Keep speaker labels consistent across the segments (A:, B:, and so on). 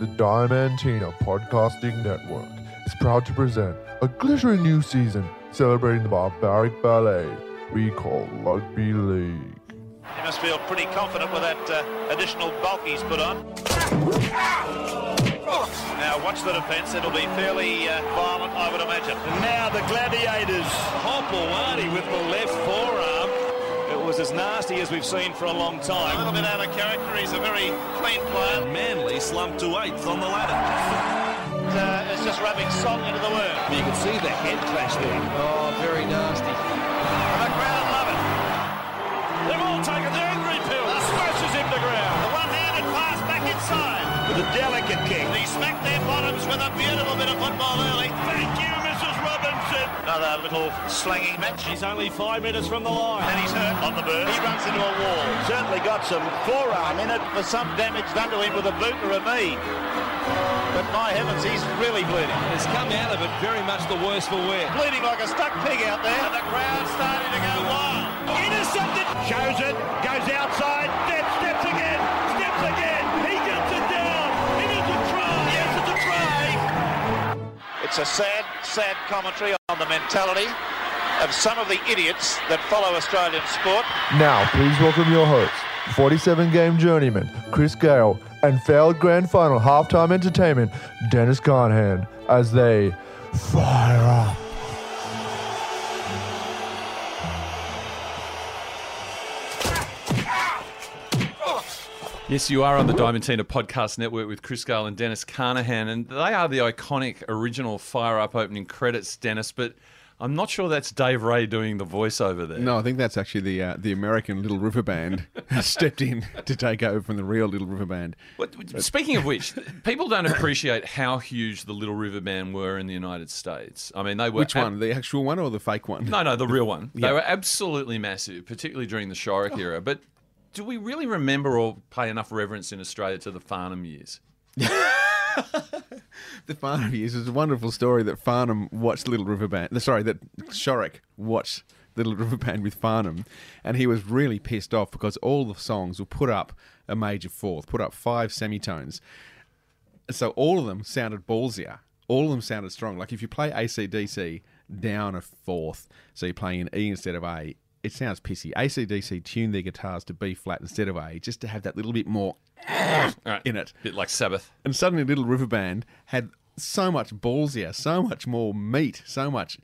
A: The Diamantina Podcasting Network is proud to present a glittering new season celebrating the barbaric ballet we call Rugby League.
B: He must feel pretty confident with that uh, additional bulk he's put on. Now watch the defence. It'll be fairly uh, violent, I would imagine. And now the gladiators. Hopawani with the left forearm. It was as nasty as we've seen for a long time. A little bit out of character. He's a very clean player. Manly slumped to eighth on the ladder. Uh, it's just rubbing salt into the wound. You can see the head clash there.
C: Oh, very nasty.
B: And the crowd love it. They've all taken their angry pills. Smashes him to ground. The one-handed pass back inside. With a delicate kick. He smacked their bottoms with a beautiful bit of football early. Thank you, Mrs. Robinson. Another little slanging match. He's only five minutes from the line. And he's hurt on the bird. He runs into a wall. Certainly got some forearm in it for some damage done to him with a boot or a knee. But my heavens, he's really bleeding.
C: Has come out of it very much the worse for wear.
B: Bleeding like a stuck pig out there. And the crowd's starting to go wild. Intercepted. Shows it. Goes outside. Steps, steps again. Steps again. He gets it down. It is a try. Yes, it's a try. It's a sad, sad commentary on the mentality of some of the idiots that follow Australian sport.
A: Now, please welcome your hosts, 47 game journeyman Chris Gale and failed grand final halftime entertainment Dennis Carnahan as they fire up.
D: Yes, you are on the Diamantina Podcast Network with Chris Gale and Dennis Carnahan, and they are the iconic original Fire Up opening credits, Dennis. But I'm not sure that's Dave Ray doing the voiceover there.
E: No, I think that's actually the uh, the American Little River Band stepped in to take over from the real Little River Band.
D: What, speaking of which, people don't appreciate how huge the Little River Band were in the United States. I mean, they were.
E: Which
D: ab-
E: one, the actual one or the fake one?
D: No, no, the real one. They were absolutely massive, particularly during the Shorrock era. But do we really remember or pay enough reverence in Australia to the Farnham years?
E: The Farnham years is a wonderful story that Farnham watched Little River Band. Sorry, that Shorrock watched Little River Band with Farnham, and he was really pissed off because all the songs were put up a major fourth, put up five semitones. So all of them sounded ballsier. All of them sounded strong. Like if you play ACDC down a fourth, so you're playing an E instead of A, it sounds pissy. ACDC tuned their guitars to B flat instead of A, just to have that little bit more
D: All right.
E: in it.
D: bit like Sabbath.
E: And suddenly, Little River Band had so much ballsier, so much more meat, so much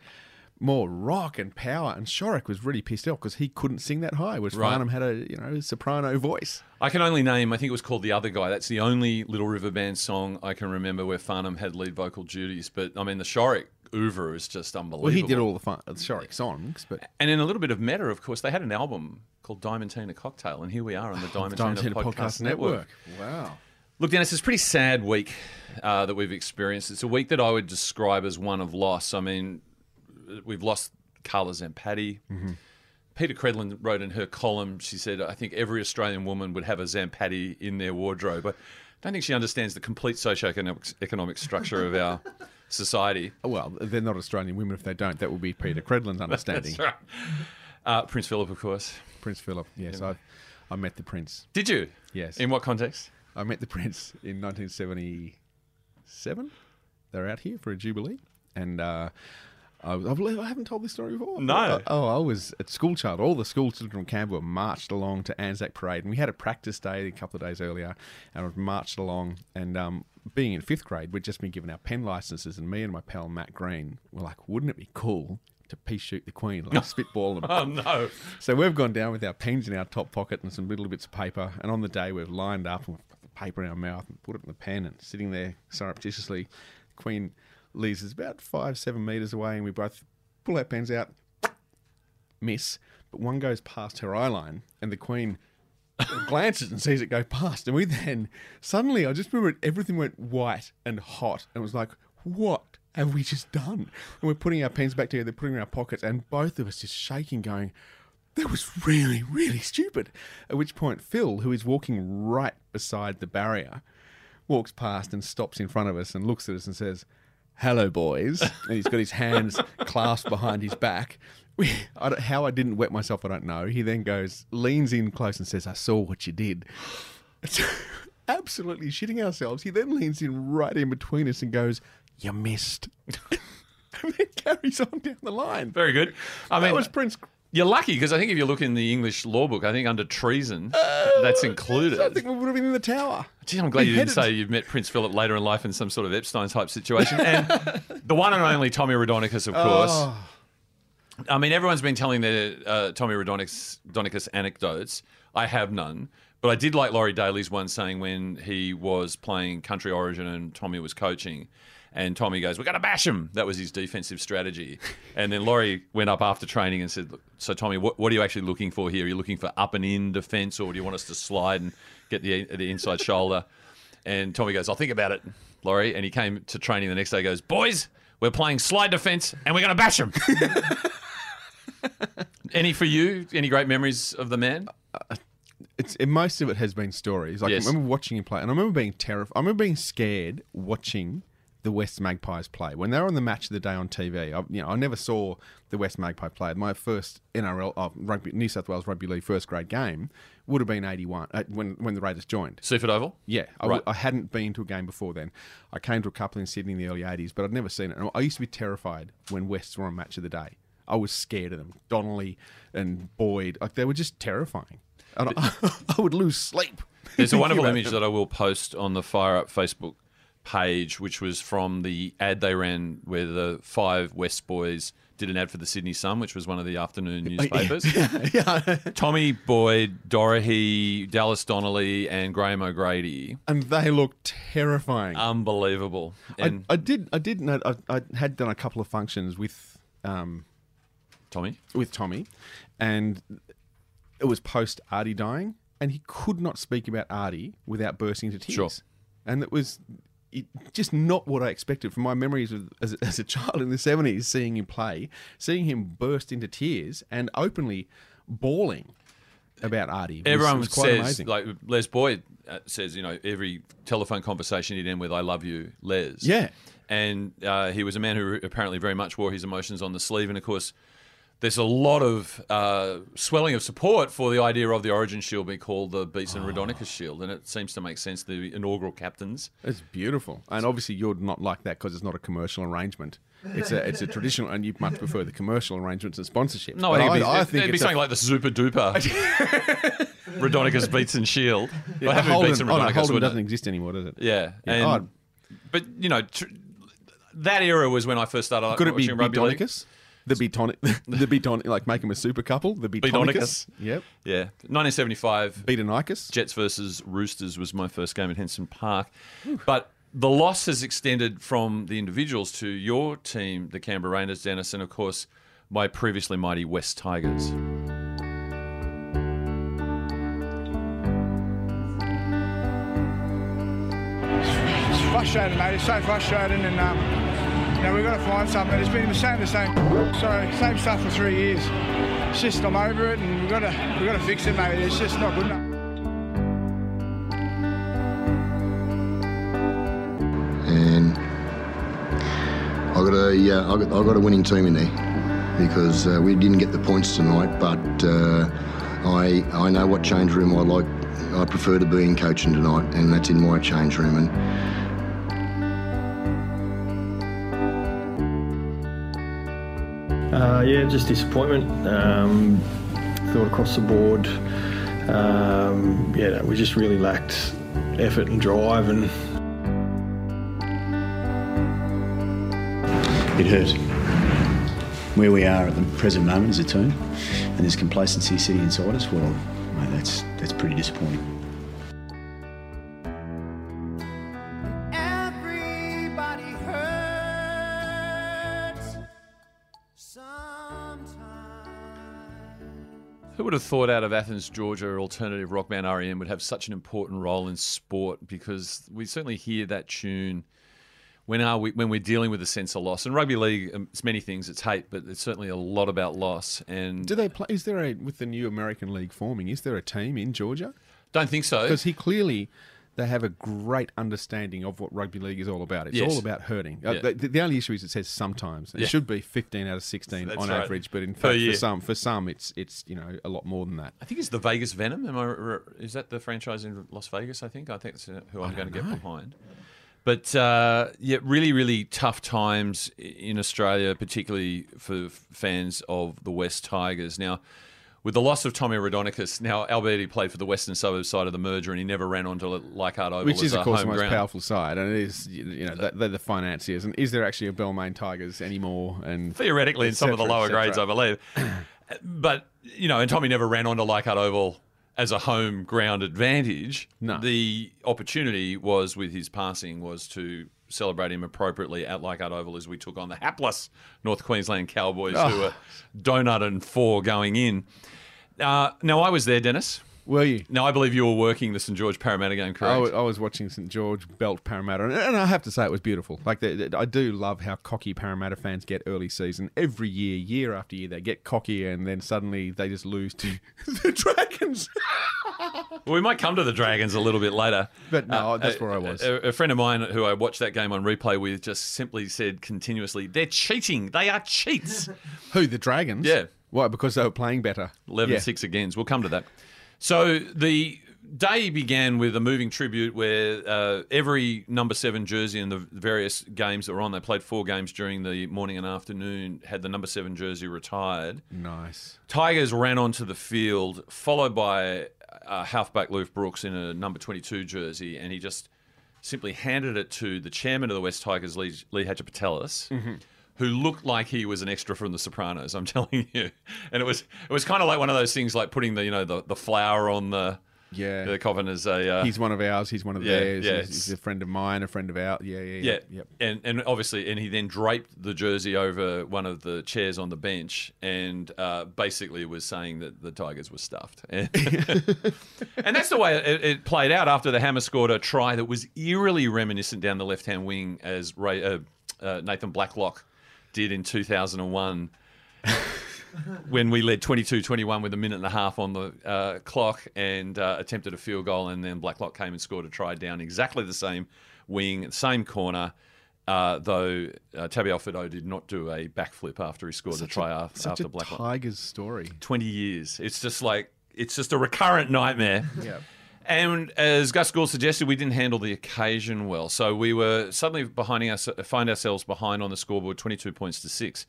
E: more rock and power. And Shorrock was really pissed off because he couldn't sing that high, which
D: Right.
E: Farnham had a you know soprano voice.
D: I can only name, I think it was called The Other Guy. That's the only Little River Band song I can remember where Farnham had lead vocal duties. But I mean, the Shorrock oeuvre is just unbelievable.
E: Well, he did all the fun, Shorrock songs, but
D: And in a little bit of meta, of course, they had an album called Diamantina Cocktail, and here we are on the
E: Oh,
D: Diamantina,
E: Diamantina
D: Podcast, Network.
E: Wow.
D: Look, Dennis, it's a pretty sad week uh, that we've experienced. It's a week that I would describe as one of loss. I mean, we've lost Carla Zampatti. Peter Credlin wrote in her column, she said, I think every Australian woman would have a Zampatti in their wardrobe. I don't think she understands the complete socioeconomic economic structure of our society.
E: Oh, Well, they're not Australian women if they don't. That would be Peter Credlin's understanding.
D: Uh, Prince Philip, of course.
E: Prince Philip. Yes, I, I met the prince.
D: Did you?
E: Yes.
D: In what context?
E: I met the Prince in 1977. They're out here for a jubilee, and uh, I, was- I believe I haven't told this story before.
D: No.
E: I- oh, I was at school child. All the school children from Canberra marched along to Anzac Parade, and we had a practice day a couple of days earlier, and I was marched along. And um, being in fifth grade, we'd just been given our pen licenses, and me and my pal Matt Green were like, "Wouldn't it be cool?" To pea shoot the queen, like spitball and
D: Oh, no.
E: so we've gone down with our pens in our top pocket and some little bits of paper. And on the day we've lined up and we've put the paper in our mouth and put it in the pen and sitting there surreptitiously. Queen Liz is about five, seven meters away, and we both pull our pens out, miss. But one goes past her eye line, and the Queen glances and sees it go past. And we then suddenly, I just remember it, everything went white and hot, and it was like, what? Have we just done? And we're putting our pens back together, putting them in our pockets, and both of us just shaking, going, that was really, really stupid. At which point, Phil, who is walking right beside the barrier, walks past and stops in front of us and looks at us and says, "Hello, boys." And he's got his hands clasped behind his back. We, I don't, how I didn't wet myself, I don't know. He then goes, leans in close and says, "I saw what you did." absolutely shitting ourselves. He then leans in right in between us and goes, "You missed," and then carries on down the line.
D: Very good. I
E: that
D: mean,
E: was Prince.
D: you're lucky because I think if you look in the English law book, I think under treason, that's included.
E: I think we would have been in the tower.
D: Gee, I'm glad you didn't
E: Beheaded.
D: say you've met Prince Philip later in life in some sort of Epstein type situation. And the one and only Tommy Rodonicus, of course. I mean, everyone's been telling their uh, Tommy Rodonicus Rodonicus anecdotes. I have none, but I did like Laurie Daly's one saying when he was playing Country Origin and Tommy was coaching. And Tommy goes, "We're going to bash him." That was his defensive strategy. And then Laurie went up after training and said, "Look, "So Tommy, what, what are you actually looking for here? Are you looking for up and in defense, or do you want us to slide and get the the inside shoulder?" And Tommy goes, I'll think about it, Laurie. And he came to training the next day, goes, Boys, we're playing slide defense and we're going to bash him. any for you? Any great memories of the man?
E: It's and most of it has been stories. Like
D: Yes.
E: I remember watching him play, and I remember being terrified. I remember being scared watching the West Magpies play when they were on the match of the day on TV. I, you know, I never saw the West Magpie play. My first NRL uh, rugby, New South Wales Rugby League first grade game would have been eighty one uh, when when the Raiders joined.
D: Seaford Oval?
E: Yeah, I, w-
D: Right.
E: I hadn't been to a game before then. I came to a couple in Sydney in the early 80s, but I'd never seen it. And I used to be terrified when Wests were on Match of the Day. I was scared of them. Donnelly and Boyd, like they were just terrifying. And I, I would lose sleep.
D: There's a
E: thinking
D: wonderful
E: about
D: image
E: them.
D: that I will post on the Fire Up Facebook page, which was from the ad they ran where the five West boys did an ad for the Sydney Sun, which was one of the afternoon newspapers.
E: yeah.
D: Tommy Boyd, Doherty, Dallas Donnelly, and Graham O'Grady.
E: And they looked terrifying.
D: Unbelievable.
E: I,
D: Uh, And
E: I did, I did know, I, I had done a couple of functions with, um,
D: Tommy?
E: with Tommy, and it was post Artie dying, and he could not speak about Artie without bursting into tears.
D: Sure.
E: And it was it, just not what I expected from my memories of, as, as a child in the 70s, seeing him play, seeing him burst into tears and openly bawling about Artie. was-
D: Everyone
E: was quite
D: says,
E: amazing.
D: like Les Boyd uh, says, you know, every telephone conversation he'd end with, "I love you, Les."
E: Yeah.
D: and uh, he was a man who apparently very much wore his emotions on the sleeve. And of course, there's a lot of uh, swelling of support for the idea of the Origin Shield being called the Beats
E: Ah.
D: and Rodonicus Shield, and it seems to make sense. The inaugural captains.
E: It's beautiful, and obviously you're not like that because it's not a commercial arrangement. It's a it's a traditional, and you much prefer the commercial arrangements and sponsorship.
D: No, I
E: But
D: think, it'd be,
E: I
D: it'd be
E: it's a
D: something like the Super Duper Rodonicus Beats and Shield. Well, it had to be
E: Holden,
D: Beats and
E: oh, no,
D: Rodonicus,
E: Holden
D: wouldn't it?
E: doesn't exist anymore, does it?
D: Yeah, and,
E: odd.
D: but you know, tr- that era was when I first started. like,
E: Could it be
D: watching rugby league.
E: Betonicus? The Betonic, the Betonic, like make him a super couple. The Betonicus.
D: Betonicus.
E: Yep.
D: Yeah, 1975
E: Betonicus.
D: Jets versus Roosters was my first game at Henson Park, but the loss has extended from the individuals to your team, the Canberra Raiders, Dennis, and of course my previously mighty West Tigers.
F: frustrating, mate. It's so frustrating, and um, you know, we've got to find something. It's been the same, the same, sorry, same stuff for three years. It's just I'm over it, and we've got to, we've got to fix it, mate. It's just not good enough.
G: and I got a uh, I got, I got a winning team in there because uh, we didn't get the points tonight, but uh, I I know what change room I like. I prefer to be in coaching tonight, and that's in my change room. And
H: Uh, yeah, just disappointment. Um, thought across the board, um, yeah, we just really lacked effort and drive and
G: Um,
I: It hurt. Where we are at the present moment as a team, and there's complacency sitting inside us, well, mate, that's, that's pretty disappointing.
J: Everybody hurts sometimes.
D: Who would have thought out of Athens, Georgia, alternative rock band REM would have such an important role in sport? Because we certainly hear that tune when are we when we're dealing with a sense of loss. And rugby league, um, it's many things. It's hate, but it's certainly a lot about loss. And
E: Do they play? Is there a with the new American League forming? Is there a team in Georgia?
D: don't think so.
E: Because he clearly they have a great understanding of what rugby league is all about. It's
D: Yes.
E: all about hurting. Uh,
D: Yeah.
E: the, the only issue is it says sometimes. It
D: Yeah.
E: should be 15 out of 16
D: That's
E: on
D: right.
E: average, but in
D: Per
E: fact, for
D: year.
E: some, for some, it's it's you know a lot more than that.
D: I think it's the Vegas Venom. Am I? r- Is that the franchise in Las Vegas? I think. I think that's uh, who I'm going to get behind. But uh, yeah, really, really tough times i- in Australia, particularly for f- fans of the West Tigers. Now, with the loss of Tommy Radonicus, now Alberti played for the Western Suburbs side of the merger, and he never ran onto L- Leichhardt Oval,
E: Which
D: as
E: is, of
D: our
E: course, the
D: home
E: most
D: ground.
E: powerful side, and it is you you know they- they're the financiers. And is there actually a Belmain Tigers anymore? And
D: theoretically in
E: et
D: some of the
E: cetera, et
D: lower grades, I
E: cetera.
D: believe. but you know, and Tommy never ran onto Leichhardt Oval as a home ground advantage.
E: No.
D: the opportunity was with his passing was to celebrate him appropriately at Leichhardt Oval as we took on the hapless North Queensland Cowboys,
E: Oh.
D: who were donut and four going in. Uh, now I was there, Dennis.
E: Were you?
D: Now I believe you were working the St George Parramatta game,
E: I
D: correct?
E: wa- I was watching St George belt Parramatta, and- and I have to say it was beautiful. Like the, the- I do love how cocky Parramatta fans get early season. Every year, year after year, they get cocky, and then suddenly they just lose to the Dragons.
D: Well, we might come to the Dragons a little bit later. Uh,
E: But no, that's where I was.
D: A, a friend of mine who I watched that game on replay with just simply said continuously, they're cheating. They are cheats.
E: Who the Dragons?
D: Yeah.
E: Why? Because they were playing better.
D: 11
E: Yeah.
D: 6 agains. We'll come to that. So the day began with a moving tribute where uh, every number seven jersey in the various games that were on, they played four games during the morning and afternoon, had the number seven jersey retired.
E: Nice.
D: Tigers ran onto the field, followed by uh, halfback Loof Brooks in a number 22 jersey, and he just simply handed it to the chairman of the West Tigers, Lee, Lee Hatcher Patelis, who looked like he was an extra from The Sopranos. I'm telling you, and it was it was kind of like one of those things, like putting the you know the, the flower on the
E: Yeah.
D: the coffin as a uh,
E: He's one of ours. He's one of
D: Yeah,
E: theirs.
D: yeah,
E: he's, he's a friend of mine. A friend of ours. Yeah. Yeah.
D: yeah,
E: Yeah. Yep.
D: and and obviously, and he then draped the jersey over one of the chairs on the bench, and uh, basically was saying that the Tigers were stuffed, and, and that's the way it, it played out. After the Hammer scored a try that was eerily reminiscent down the left hand wing as Ray, uh, uh, Nathan Blacklock did in two thousand and one. when we led 22-21 with a minute and a half on the uh, clock and uh, attempted a field goal and then blacklock came and scored a try down exactly the same wing same corner uh, though uh, Tabby Alfredo did not do a backflip after he scored the try af-
E: Such
D: after
E: a
D: Blacklock.
E: Tigers story.
D: 20 years. It's just like, it's just a recurrent nightmare.
E: Yeah.
D: And as Gus Gould suggested, we didn't handle the occasion well. So we were suddenly behind us, find ourselves behind on the scoreboard 22 points to six.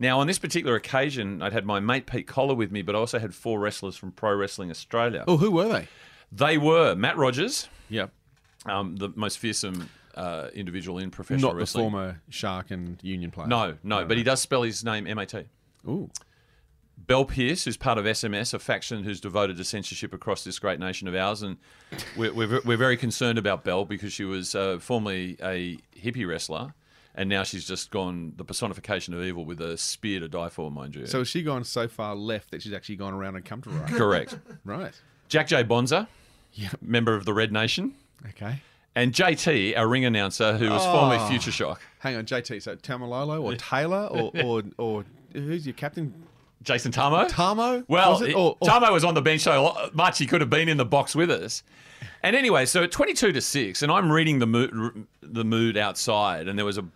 D: Now, on this particular occasion, I'd had my mate Pete Collar with me, but I also had four wrestlers from Pro Wrestling Australia.
E: Oh, who were they?
D: They were Matt Rogers,
E: Yep.
D: um, the most fearsome uh, individual in professional
E: Not the
D: wrestling.
E: former Shark and Union player.
D: No, no, but he does spell his name M A T.
E: Ooh.
D: Bell Pierce, who's part of SMS, a faction who's devoted to censorship across this great nation of ours, and we're, we're, we're very concerned about Bell because she was uh, formerly a hippie wrestler, and now she's just gone the personification of evil with a spear to die for, mind you.
E: So has she gone so far left that she's actually gone around and come to right?
D: correct.
E: right.
D: Jack J Bonza, member of the Red Nation,
E: Okay.
D: and JT, our ring announcer, who was formerly Future Shock.
E: Hang on, JT. So Tamalolo or Taylor or or, or who's your captain?
D: Jason Tamo.
E: Tamo?
D: Well,
E: Was it?
D: it-
E: Or- or-
D: Tamo was on the bench so much he could have been in the box with us. And anyway, so at 22 to 6, and I'm reading the mood, the mood outside, and there was a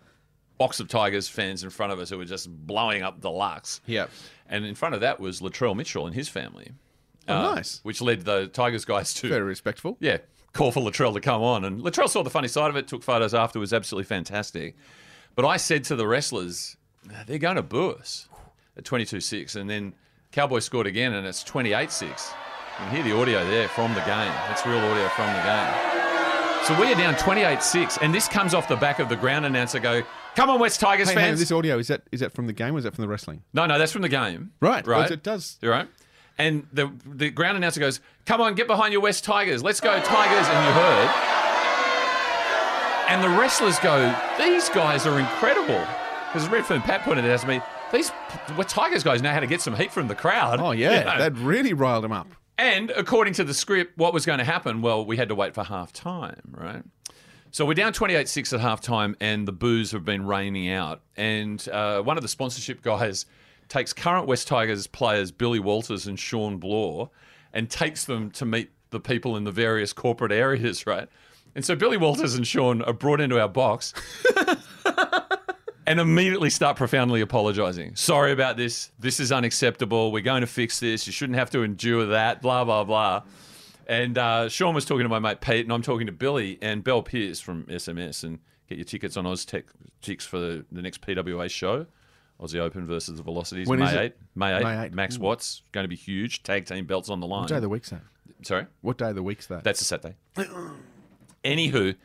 D: box of Tigers fans in front of us who were just blowing up the Lux.
E: Yep.
D: And in front of that was Latrell Mitchell and his family. Uh,
E: Oh, nice.
D: Which led the Tigers guys to
E: Very respectful.
D: yeah, call for Latrell to come on. And Latrell saw the funny side of it, took photos after, was absolutely fantastic. But I said to the wrestlers, they're going to boo us at 22 6. And then Cowboy scored again, and it's 28 6. You can hear the audio there from the game. That's real audio from the game. So we are down 28 6, and this comes off the back of the ground announcer go, Come on, West Tigers
E: Hey, hang on,
D: fans.
E: this audio is that is that from the game or is that from the wrestling?
D: No, no, that's from the game.
E: Right, well,
D: Right.
E: it does-
D: You're right. And the the ground announcer goes, "Come on, get behind your West Tigers. Let's go Tigers." And you heard. And the wrestlers go, "These guys are incredible." Because Redfern Pat pointed it out to me, these p- well, Tigers guys know how to get some heat from the crowd.
E: Oh
D: You know?
E: yeah, that really riled him up.
D: And according to the script, what was going to happen? Well, we had to wait for half time, right? So we're down 28 6 at half time, and the boos have been raining out. And uh, one of the sponsorship guys takes current West Tigers players Billy Walters and Sean Blore and takes them to meet the people in the various corporate areas, right? And so Billy Walters and Sean are brought into our box and immediately start profoundly apologizing. Sorry about this. This is unacceptable. We're going to fix this. You shouldn't have to endure that. Blah, blah, blah. And uh, Sean was talking to my mate Pete, and I'm talking to Billy and Bell Pierce from SMS. And get your tickets on Oztech Ticks for the, the next PWA show. Aussie Open versus the Velocities,
E: When
D: May,
E: is
D: 8,
E: it?
D: May 8.
E: May 8.
D: Max Watts, going to be huge. Tag team belts on the line.
E: What day of the week's that?
D: Sorry?
E: What day of the week's that?
D: That's a Saturday. Anywho,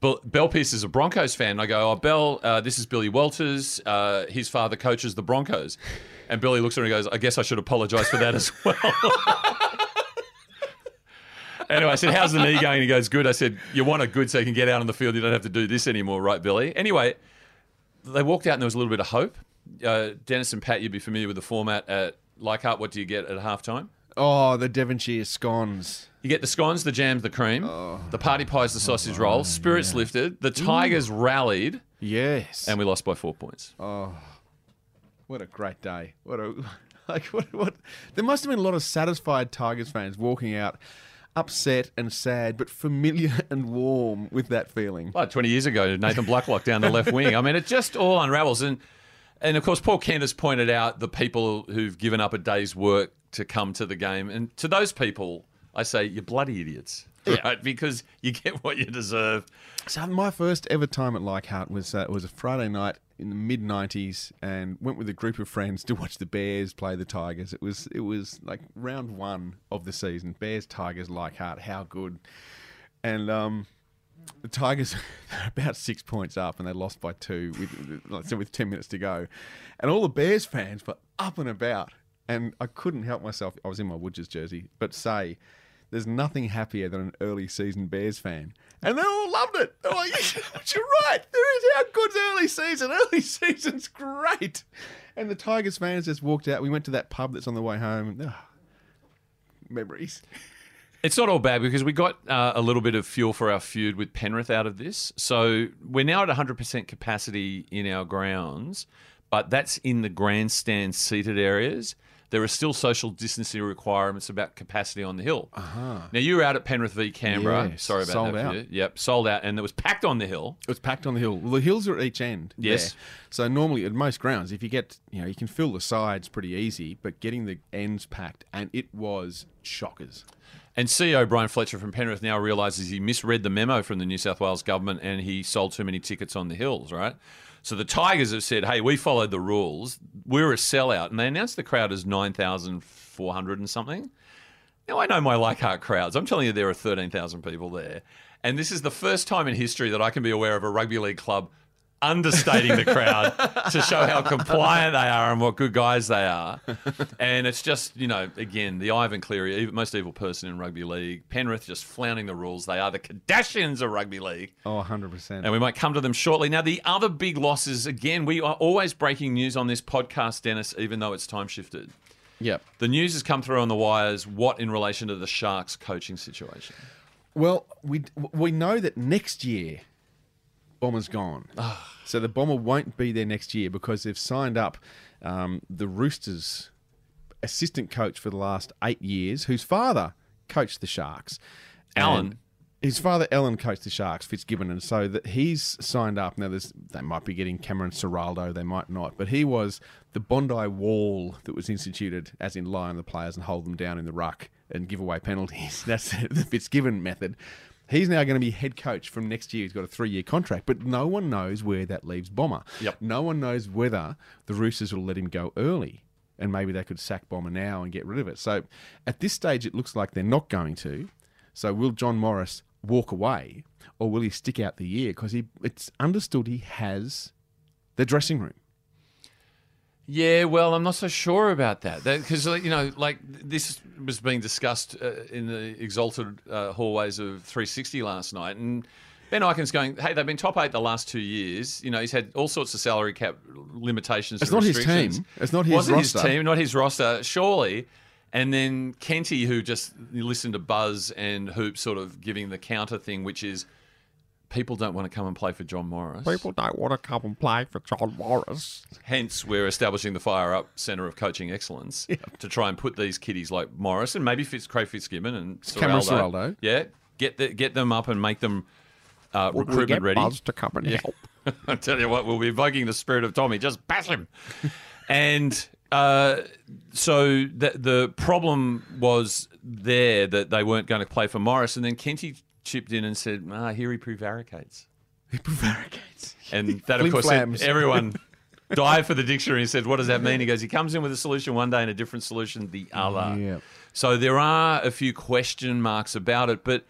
D: Bel- Bell Pierce is a Broncos fan. I go, oh, Bell, uh, this is Billy Walters. Uh, his father coaches the Broncos. And Billy looks at her and goes, I guess I should apologize for that as well. anyway, I said, how's the knee going? He goes, good. I said, you want a good so you can get out on the field. You don't have to do this anymore, right, Billy? Anyway, they walked out and there was a little bit of hope. Uh, Dennis and Pat, you'd be familiar with the format at Leichhardt. What do you get at halftime?
E: oh, the Devonshire scones.
D: You get the scones, the jams, the cream, the party pies, the sausage rolls, spirits lifted, the Tigers rallied,
E: Yes.
D: and we lost by four points.
E: What a great day! What a like what what? There must have been a lot of satisfied Tigers fans walking out, upset and sad, but familiar and warm with that feeling.
D: Like 20 years ago, Nathan Blacklock down the left wing. I mean, it just all unravels. And, and of course, Paul Kent has pointed out the people who've given up a day's work to come to the game. And to those people, I say, you bloody idiots, right? Because you get what you deserve.
E: So my first ever time at Leichhardt was uh, was a Friday night in the mid '90s, and went with a group of friends to watch the Bears play the Tigers. It was it was like round one of the season. Bears, Tigers, Leichhardt. How good! And um, the Tigers are about six points up, and they lost by two. With, like I said, with ten minutes to go, and all the Bears fans were up and about, and I couldn't help myself. I was in my Woodges jersey, but say. There's nothing happier than an early season Bears fan. And they all loved it. They're like, you're right. There is how good's early season. Early season's great. And the Tigers fans just walked out. We went to that pub that's on the way home. and, ah, memories.
D: It's not all bad because we got uh, a little bit of fuel for our feud with Penrith out of this. So we're now at 100% capacity in our grounds, but that's in the grandstand seated areas. There are still social distancing requirements about capacity on the hill. Uh-huh. Now you were out at Penrith v Canberra.
E: Yes,
D: Sorry about
E: sold
D: that.
E: out.
D: for you. Yep, sold out, and it was packed on the hill.
E: It was packed on the hill. Well, the hills are at each end.
D: Yes.
E: there. So normally at most grounds, if you get, you know, you can fill the sides pretty easy, but getting the ends packed, and it was shockers.
D: And CEO Brian Fletcher from Penrith now realises he misread the memo from the New South Wales government and he sold too many tickets on the hills, right? So the Tigers have said, hey, we followed the rules. We're a sellout. And they announced the crowd as 9,400 and something. Now, I know my Leichhardt crowds. I'm telling you, there are 13,000 people there. And this is the first time in history that I can be aware of a rugby league club understating the crowd to show how compliant they are and what good guys they are. And it's just, you know, again, the Ivan Cleary, ev- most evil person in rugby league. Penrith just flouting the rules. They are the Kardashians of rugby league.
E: Oh, 100%.
D: And we might come to them shortly. Now, the other big losses, again, we are always breaking news on this podcast, Dennis, even though it's time shifted.
E: Yep.
D: The news has come through on the wires. What in relation to the Sharks coaching situation?
E: Well, we we know that next year, Bomber's gone. so the Bomber won't be there next year because they've signed up um, the Roosters' assistant coach for the last eight years, whose father coached the Sharks.
D: Alan.
E: And his father, Ellen, coached the Sharks, Fitzgibbon, and so that he's signed up. Now, there's, they might be getting Cameron Serraldo, they might not, but he was the Bondi Wall that was instituted, as in lie on the players and hold them down in the ruck and give away penalties. That's the Fitzgibbon method. He's now going to be head coach from next year. He's got a three-year contract, but no one knows where that leaves Bomber.
D: Yep.
E: No one knows whether the Roosters will let him go early, and maybe they could sack Bomber now and get rid of it. So, at this stage, it looks like they're not going to. So will John Morris walk away, or will he stick out the year? Because he, it's understood he has the dressing room.
D: Yeah, well, I'm not so sure about that. Because, you know, like this was being discussed uh, in the exalted uh, hallways of 360 last night. And Ben Iken's going, hey, they've been top eight the last two years. You know, he's had all sorts of salary cap limitations.
E: It's
D: and
E: not his team.
D: restrictions.
E: It's not his
D: Wasn't
E: roster.
D: his team, not his roster, surely. And then Kenty, who just listened to Buzz and Hoop sort of giving the counter thing, which is people don't want to come and play for John Morris.
E: People don't want to come and play for John Morris.
D: Hence, we're establishing the Fire Up Centre of Coaching Excellence to try and put these kiddies like Morris and maybe Fitz, Craig Fitzgibbon and
E: Cameron
D: Serraldo.
E: Serraldo.
D: Yeah, get the, get them up and make them uh,
E: Would we
D: recruitment
E: get
D: ready.
E: Buzz to come and help.
D: I tell you what, we'll be evoking the spirit of Tommy. Just bash him. and uh, so the, the problem was there that they weren't going to play for Morris. And then Kenty chipped in and said, ah, here he prevaricates.
E: He prevaricates.
D: And that, of
E: Flim
D: course, sent
E: flams.
D: everyone dive for the dictionary and said, what does that mean? He goes, he comes in with a solution one day and a different solution the other.
E: Yep.
D: So there are a few question marks about it, but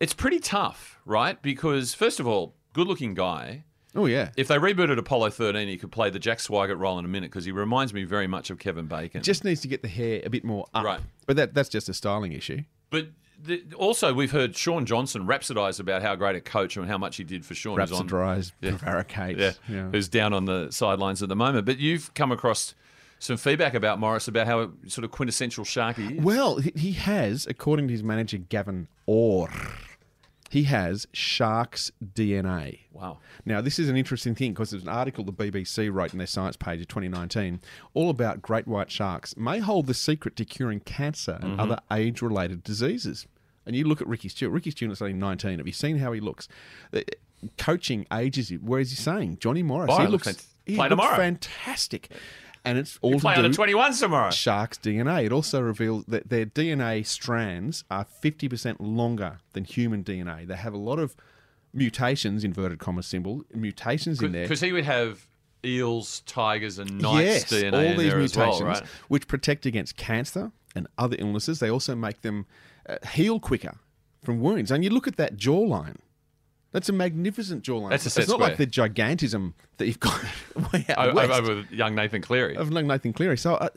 D: it's pretty tough, right? Because, first of all, good looking guy
E: Oh yeah.
D: if they rebooted Apollo 13, he could play the Jack Swigert role in a minute because he reminds me very much of Kevin Bacon.
E: Just needs to get the hair a bit more up.
D: Right.
E: But that that's just a styling issue.
D: but the, also, we've heard Sean Johnson rhapsodize about how great a coach and how much he did for Sean. who's on-
E: Rhapsodized,
D: Yeah.
E: prevaricates.
D: yeah, who's down on the sidelines at the moment. But you've come across some feedback about Morris about how sort of quintessential shark he is.
E: Well, he- he has, according to his manager Gavin Orr, he has sharks DNA.
D: Wow.
E: Now, this is an interesting thing because there's an article the BBC wrote in their science page of 2019 all about great white sharks may hold the secret to curing cancer
D: Mm-hmm.
E: and other age related diseases. And you look at Ricky Stewart. Ricky Stewart's only 19. Have you seen how he looks? Uh, Coaching ages him. Where is he saying? Johnny Morris.
D: Morris
E: he looks,
D: looks fant-
E: he
D: play
E: looks
D: tomorrow.
E: fantastic. And it's all
D: Play
E: to do
D: under 21 tomorrow.
E: shark's DNA. It also reveals that their DNA strands are 50% longer than human DNA. They have a lot of mutations, inverted comma symbol, mutations in there.
D: Because he would have eels, tigers, and knights DNA in
E: all these
D: there as well,
E: mutations,
D: right?
E: which protect against cancer and other illnesses. They also make them uh, heal quicker from wounds. And you look at that jawline. That's a magnificent jawline.
D: That's a set
E: it's not like the
D: square.
E: gigantism that you've got way out
D: O-
E: west
D: Over young Nathan Cleary.
E: of young Nathan Cleary. So, uh,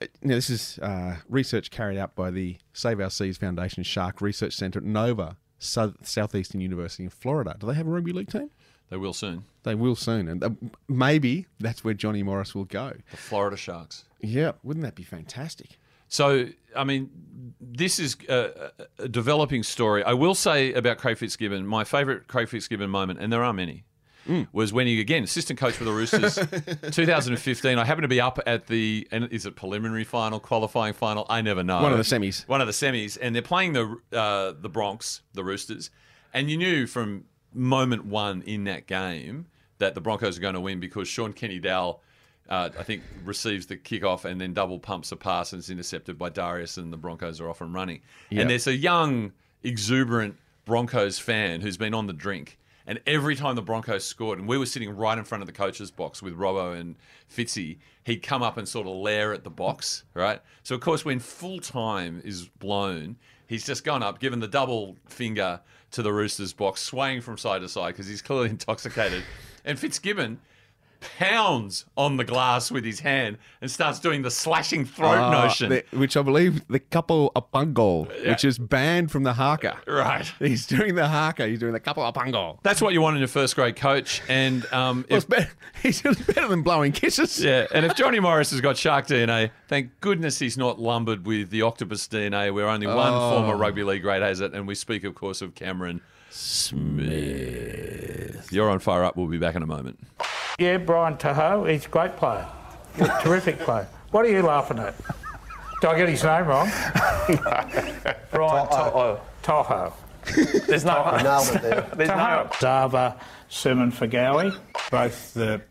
E: uh, now this is uh, research carried out by the Save Our Seas Foundation Shark Research Center at Nova South- Southeastern University in Florida. Do they have a rugby league team?
D: They will soon.
E: They will soon, and uh, maybe that's where Johnny Morris will go.
D: The Florida Sharks.
E: Yeah, wouldn't that be fantastic?
D: So, I mean, this is a, a developing story. I will say about Craig Fitzgibbon, my favourite Craig Fitzgibbon moment, and there are many,
E: Mm.
D: was when he, again, assistant coach for the Roosters, 2015. I happened to be up at the, and is it preliminary final, qualifying final? I never know.
E: One of the semis.
D: One of the semis, and they're playing the uh, the Bronx, the Roosters, and you knew from moment one in that game that the Broncos are going to win because Sean Kenny Dow, uh, I think, receives the kickoff and then double pumps a pass and is intercepted by Darius, and the Broncos are off and running.
E: Yeah.
D: And there's a young, exuberant Broncos fan who's been on the drink. And every time the Broncos scored, and we were sitting right in front of the coach's box with Robbo and Fitzy, he'd come up and sort of lair at the box, right? So, of course, when full time is blown, he's just gone up, given the double finger to the Roosters box, swaying from side to side because he's clearly intoxicated. And Fitzgibbon pounds on the glass with his hand and starts doing the slashing throat
E: Uh,
D: notion.
E: the- which I believe the couple apungo, which is banned from the haka.
D: right.
E: He's doing the haka. He's doing the couple apungo.
D: That's what you want in your first grade coach. And um, if,
E: Well, it's better, he's better than blowing kisses.
D: yeah, and if Johnny Morris has got shark DNA, thank goodness he's not lumbered with the octopus DNA, where only one former rugby league grade has it. And we speak, of course, of Cameron Smith. You're on fire up. We'll be back in a moment.
K: Yeah, Brian Tahoe, he's a great player. Terrific player. What are you laughing at? Did I get his name wrong? Brian Tahoe. Tahoe.
L: There's no. There's
K: Tahoe.
L: no.
K: Zava, Simon Fagawi.
F: Both the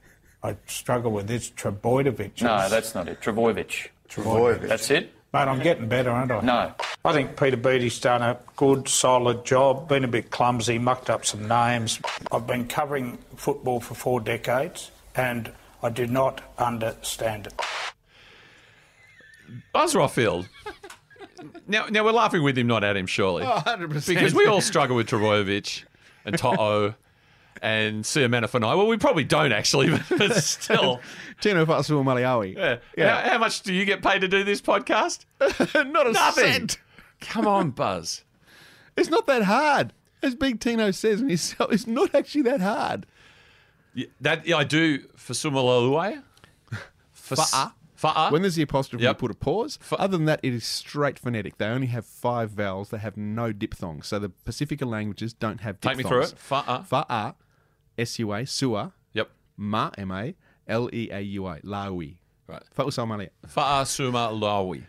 F: I struggle with this Trebojevic.
L: No, that's not it. Travojevic. That's it?
F: Mate, I'm getting better, aren't I?
L: No.
K: I think Peter Beattie's done a good, solid job. Been a bit clumsy, mucked up some names. I've been covering football for four decades, and I do not understand it.
D: Buzz Rothfield. Now, now we're laughing with him, not at him, surely.
E: 100%.
D: Because we all struggle with Travojevic and To'o and Siamanafani. Well, we probably don't actually, but still.
E: Tino Fasu Malawi.
D: Yeah. How, how much do you get paid to do this podcast?
E: Not a
D: Nothing.
E: cent.
D: Come on, Buzz.
E: It's not that hard. As Big Tino says in his cell, it's not actually that hard.
D: Yeah, that yeah, I do for Sumalalue. For
E: Fa'a.
D: Fa'a.
E: When there's the apostrophe, you put a pause. Other than that, it is straight phonetic. They only have five vowels. They have no diphthongs. So the Pacifica languages don't have diphthongs.
D: Take me through it. Fa'a.
E: Fa'a. S-U-A. Sua.
D: Yep.
E: Ma. M-A. E L-E-A-U-A. Laui.
D: Right.
E: Fa'usamalia.
D: Fa'a Suma Lawi.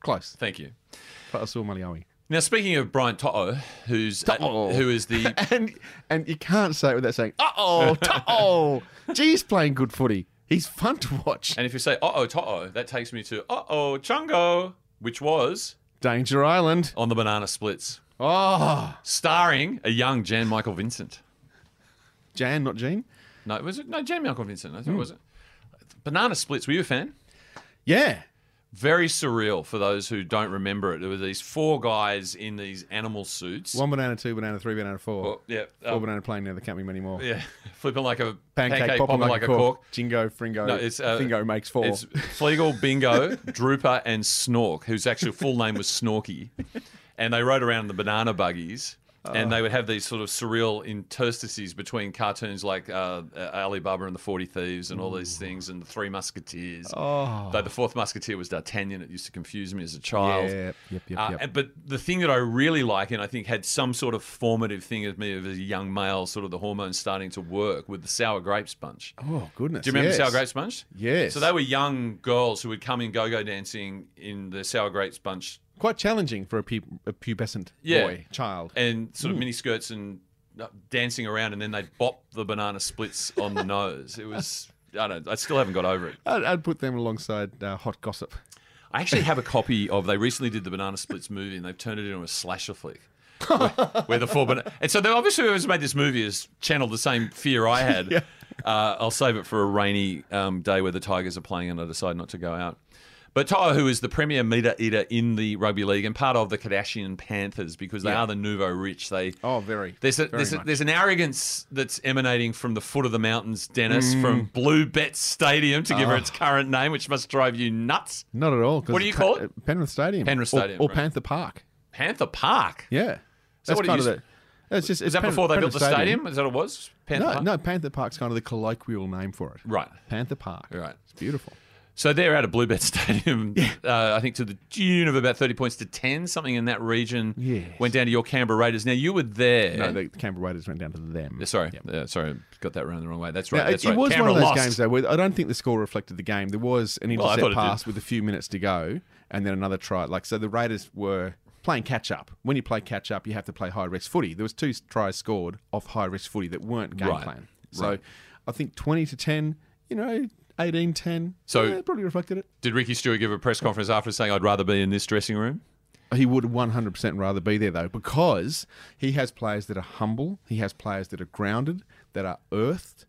E: Close.
D: Thank you.
E: Fa'usamalia.
D: Now, speaking of Brian Toto, who's who is the
E: and and you can't say it without saying uh oh oh. Gee's playing good footy. He's fun to watch.
D: And if you say uh oh Toto, that takes me to uh oh Chungo, which was
E: Danger Island
D: on the Banana Splits,
E: Oh,
D: starring a young Jan Michael Vincent.
E: Jan, not Jean.
D: No, was it no Jan Michael Vincent? I think
E: Hmm.
D: it was it. Banana Splits. Were you a fan?
E: Yeah.
D: Very surreal for those who don't remember it. There were these four guys in these animal suits.
E: One banana, two banana, three banana, four.
D: Well, yeah,
E: Four
D: um,
E: banana playing now. There can't be many more.
D: Yeah, flipping like a
E: Pancake, popping, like, a cork. Jingo, fringo.
D: No, it's uh,
E: Fingo makes four.
D: It's Flegel, Bingo, Drooper, and Snork, whose actual full name was Snorky, and they rode around in the banana buggies. And they would have these sort of surreal interstices between cartoons like uh, uh, Alibaba and the Forty Thieves and all these things, and the Three Musketeers.
E: Oh.
D: Though the Fourth Musketeer was D'Artagnan, it used to confuse me as a child.
E: Yep, yep, yep,
D: Uh,
E: yep.
D: and- But the thing that I really like, and I think had some sort of formative thing of me as a young male, sort of the hormones starting to work with the sour grapes bunch.
E: Oh goodness!
D: Do you remember
E: yes.
D: Sour Grapes Bunch?
E: Yes.
D: So they were young girls who would come in go-go dancing in the Sour Grapes Bunch,
E: Quite challenging for a, pu- a pubescent
D: Yeah.
E: boy child.
D: and sort of mini skirts and uh, dancing around, and then they'd bop the banana splits on the nose. It was, I don't, I still haven't got over it.
E: I'd, I'd put them alongside uh, hot gossip.
D: I actually have a copy of, they recently did the Banana Splits movie, and they've turned it into a slasher flick. where, where the four banana, and so they obviously whoever's made this movie has channeled the same fear I had. uh, I'll save it for a rainy um, day where the Tigers are playing and I decide not to go out. But Tyre, who is the premier meter eater in the rugby league and part of the Kardashian Panthers because they
E: Yeah.
D: are the nouveau rich, they
E: Oh, very.
D: there's a,
E: very
D: there's, a,
E: much.
D: there's an arrogance that's emanating from the foot of the mountains, Dennis,
E: Mm.
D: from Blue Bet Stadium to give her
E: Ah.
D: its current name, which must drive you nuts.
E: Not at all. 'cause
D: What do you
E: it's
D: call
E: Pa-
D: it?
E: uh, Penrith Stadium.
D: Penrith
E: Or-
D: Stadium,
E: or,
D: right.
E: Panther Park.
D: Panther Park.
E: Yeah,
D: So what it
E: kind of
D: used-
E: the. It's just
D: Is
E: it's
D: that
E: Penrith-
D: before they built
E: Penrith
D: the stadium? Is that what it was? Panther
E: no,
D: Park?
E: no, Panther Park's kind of the colloquial name for it.
D: Right.
E: Panther Park.
D: Right.
E: It's beautiful.
D: So they're out of Bluebet Stadium, uh, I think to the tune of about 30 points to 10, something in that region.
E: Yes.
D: Went down to your Canberra Raiders. Now, you were there.
E: No, the Canberra Raiders went down to them.
D: Yeah, sorry, yeah, sorry, got that round the wrong way. That's right.
E: Now, it-
D: that's
E: it,
D: right.
E: was
D: Canberra
E: one of those
D: lost.
E: games though where I don't think the score reflected the game. There was an
D: Well, I
E: intercept
D: thought it did.
E: pass with a few minutes to go, and then another try. Like so, the Raiders were playing catch up. When you play catch up, you have to play high risk footy. There was two tries scored off high risk footy that weren't game
D: Right,
E: plan. So
D: right.
E: I think twenty to ten. You know. 18 10
D: So-
E: yeah, it probably reflected it
D: Did Ricky Stewart give a press conference after saying, I'd rather be in this dressing room?
E: He would 100% rather be there, though, because he has players that are humble. He has players that are grounded, that are earthed,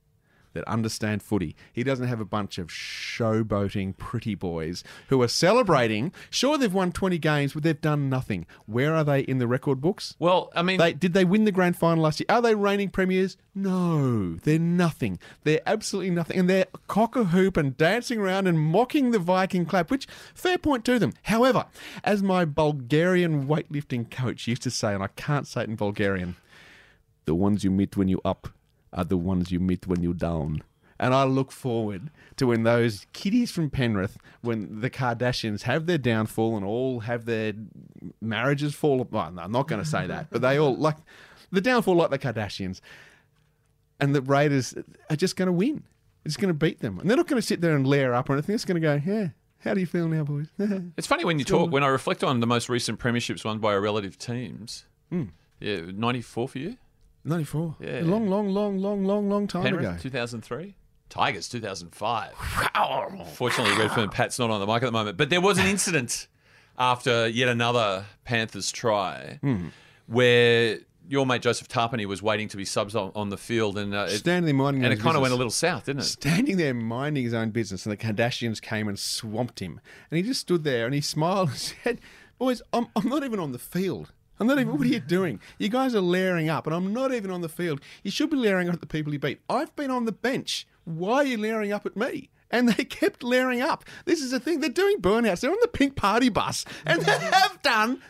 E: that understand footy. He doesn't have a bunch of showboating pretty boys who are celebrating. Sure, they've won 20 games, but they've done nothing. Where are they in the record books?
D: Well, I mean,
E: They, did they win the grand final last year? Are they reigning premiers? No, they're nothing. They're absolutely nothing. And they're cock a hoop and dancing around and mocking the Viking clap, which fair point to them. However, as my Bulgarian weightlifting coach used to say, and I can't say it in Bulgarian, the ones you meet when you up are the ones you meet when you down. And I look forward to when those kiddies from Penrith, when the Kardashians have their downfall and all have their marriages fall apart. No, I'm not going to say that, but they all like the downfall, like the Kardashians, and the Raiders are just going to win. It's going to beat them, and they're not going to sit there and layer up or anything. It's going to go, yeah. How do you feel now, boys?
D: It's funny when you talk, when I reflect on the most recent premierships won by our relative teams.
E: Hmm.
D: Yeah, 94 for you?
E: 94.
D: Yeah.
E: A long, long, long, long, long, long time
D: Penrith,
E: ago.
D: 2003. Tigers, 2005. Fortunately, Redfern Pat's not on the mic at the moment. But there was an incident after yet another Panthers try where your mate Joseph Tarpany was waiting to be subs on, on the field. And, uh, it,
E: Standing mining
D: and it
E: his
D: kind of went
E: business.
D: a little south, didn't it?
E: standing there minding his own business, and the Kardashians came and swamped him. And he just stood there and he smiled and said, Boys, I'm, I'm not even on the field. I'm not even, what are you doing? You guys are layering up, and I'm not even on the field. You should be layering up at the people you beat. I've been on the bench. Why are you layering up at me? And they kept layering up. This is the thing. They're doing burnouts. They're on the pink party bus, and they have done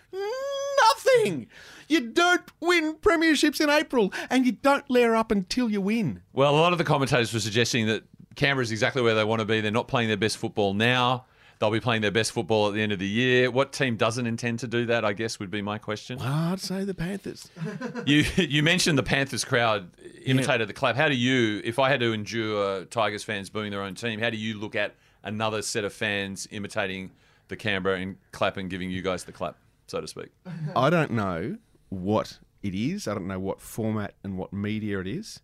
E: nothing. You don't win premierships in April, and you don't layer up until you win.
D: Well, a lot of the commentators were suggesting that Canberra's exactly where they want to be. They're not playing their best football now. They'll be playing their best football at the end of the year. What team doesn't intend to do that? I guess would be my question.
E: I'd say the Panthers.
D: You you mentioned the Panthers crowd imitated the clap. How do you, if I had to endure Tigers fans booing their own team, how do you look at another set of fans imitating the Canberra and clapping, giving you guys the clap, so to speak?
E: I don't know what it is. I don't know what format and what media it is.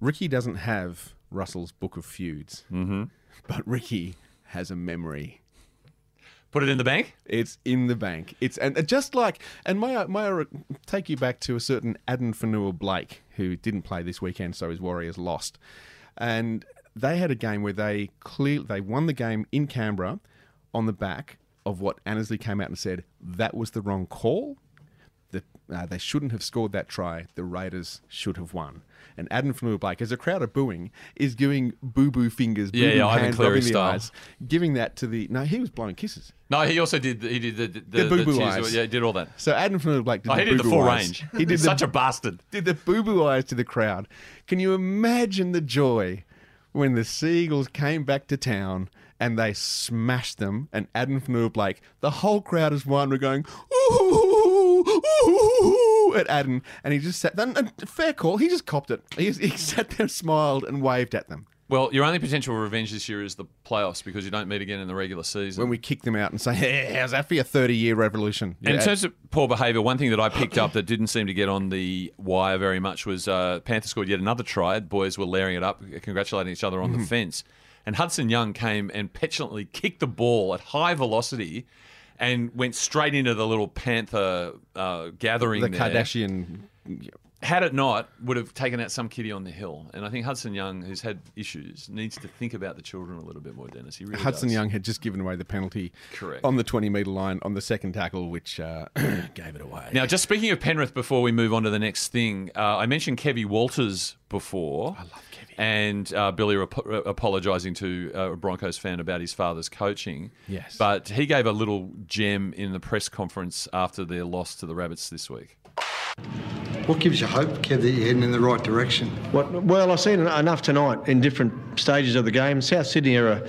E: Ricky doesn't have Russell's book of feuds, mm-hmm. but Ricky has a memory.
D: Put it in the bank.
E: It's in the bank. It's and just like and my my take you back to a certain Adam Fanua Blake who didn't play this weekend, so his Warriors lost, and they had a game where they clear they won the game in Canberra on the back of what Annesley came out and said that was the wrong call. The, uh, they shouldn't have scored that try. The Raiders should have won. And Adam Fanua Blake, as a crowd are booing, is giving boo boo fingers, boo
D: Yeah, yeah, Ivan
E: hands,
D: Cleary
E: rubbing the
D: style.
E: eyes, giving that to the. No, he was blowing kisses.
D: No, he also did. He did the the,
E: The boo-boo
D: cheers.
E: eyes.
D: Yeah, he did all that.
E: So Adam Fanua Blake did
D: Oh,
E: the
D: he did the
E: boo-boo
D: full
E: eyes.
D: range. He's such a bastard.
E: Did the boo boo eyes to the crowd. Can you imagine the joy when the Seagulls came back to town and they smashed them and Adam Fanua Blake, the whole crowd is one were going, ooh, ooh, ooh, at Adam. And he just sat there, and fair call, he just copped it. He, he sat there, smiled, and waved at them.
D: Well, your only potential revenge this year is the playoffs because you don't meet again in the regular season.
E: When we kicked them out and say, hey, how's that for your 30 year revolution?
D: And
E: Yeah.
D: in terms of poor behaviour, one thing that I picked up that didn't seem to get on the wire very much was uh, Panther scored yet another try. The boys were layering it up, congratulating each other on the
E: Mhm.
D: fence. And Hudson Young came and petulantly kicked the ball at high velocity and went straight into the little Panther uh, gathering
E: the
D: there.
E: Kardashian.
D: Had it not, would have taken out some kitty on the hill. And I think Hudson Young, who's had issues, needs to think about the children a little bit more, Dennis. He really
E: Hudson
D: does.
E: Young had just given away the penalty
D: Correct.
E: on the 20 metre line on the second tackle, which uh, gave it away.
D: Now, just speaking of Penrith, before we move on to the next thing, uh, I mentioned Kevy Walters before. I love Kevy. And uh, Billy rep- apologising to uh, a Broncos fan about his father's coaching.
E: Yes.
D: But he gave a little gem in the press conference after their loss to the Rabbits this week.
M: What gives you hope, Kev, that you're heading in the right direction?
N: What, well, I've seen enough tonight in different stages of the game. South Sydney are a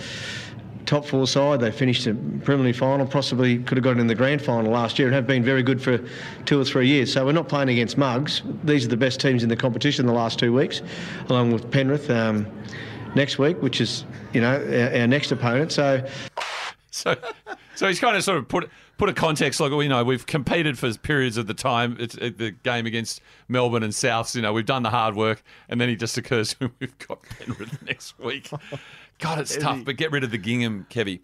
N: top four side. They finished a preliminary final, possibly could have got in the grand final last year, and have been very good for two or three years. So we're not playing against mugs. These are the best teams in the competition the last two weeks, along with Penrith um, next week, which is you know our, our next opponent. So.
D: So, so he's kind of sort of put put a context like, well, you know, we've competed for periods of the time, it's, it, the game against Melbourne and Souths, you know, we've done the hard work, and then he just occurs to him, we've got Penrith next week. God, it's tough, but get rid of the Gingham, Kevy.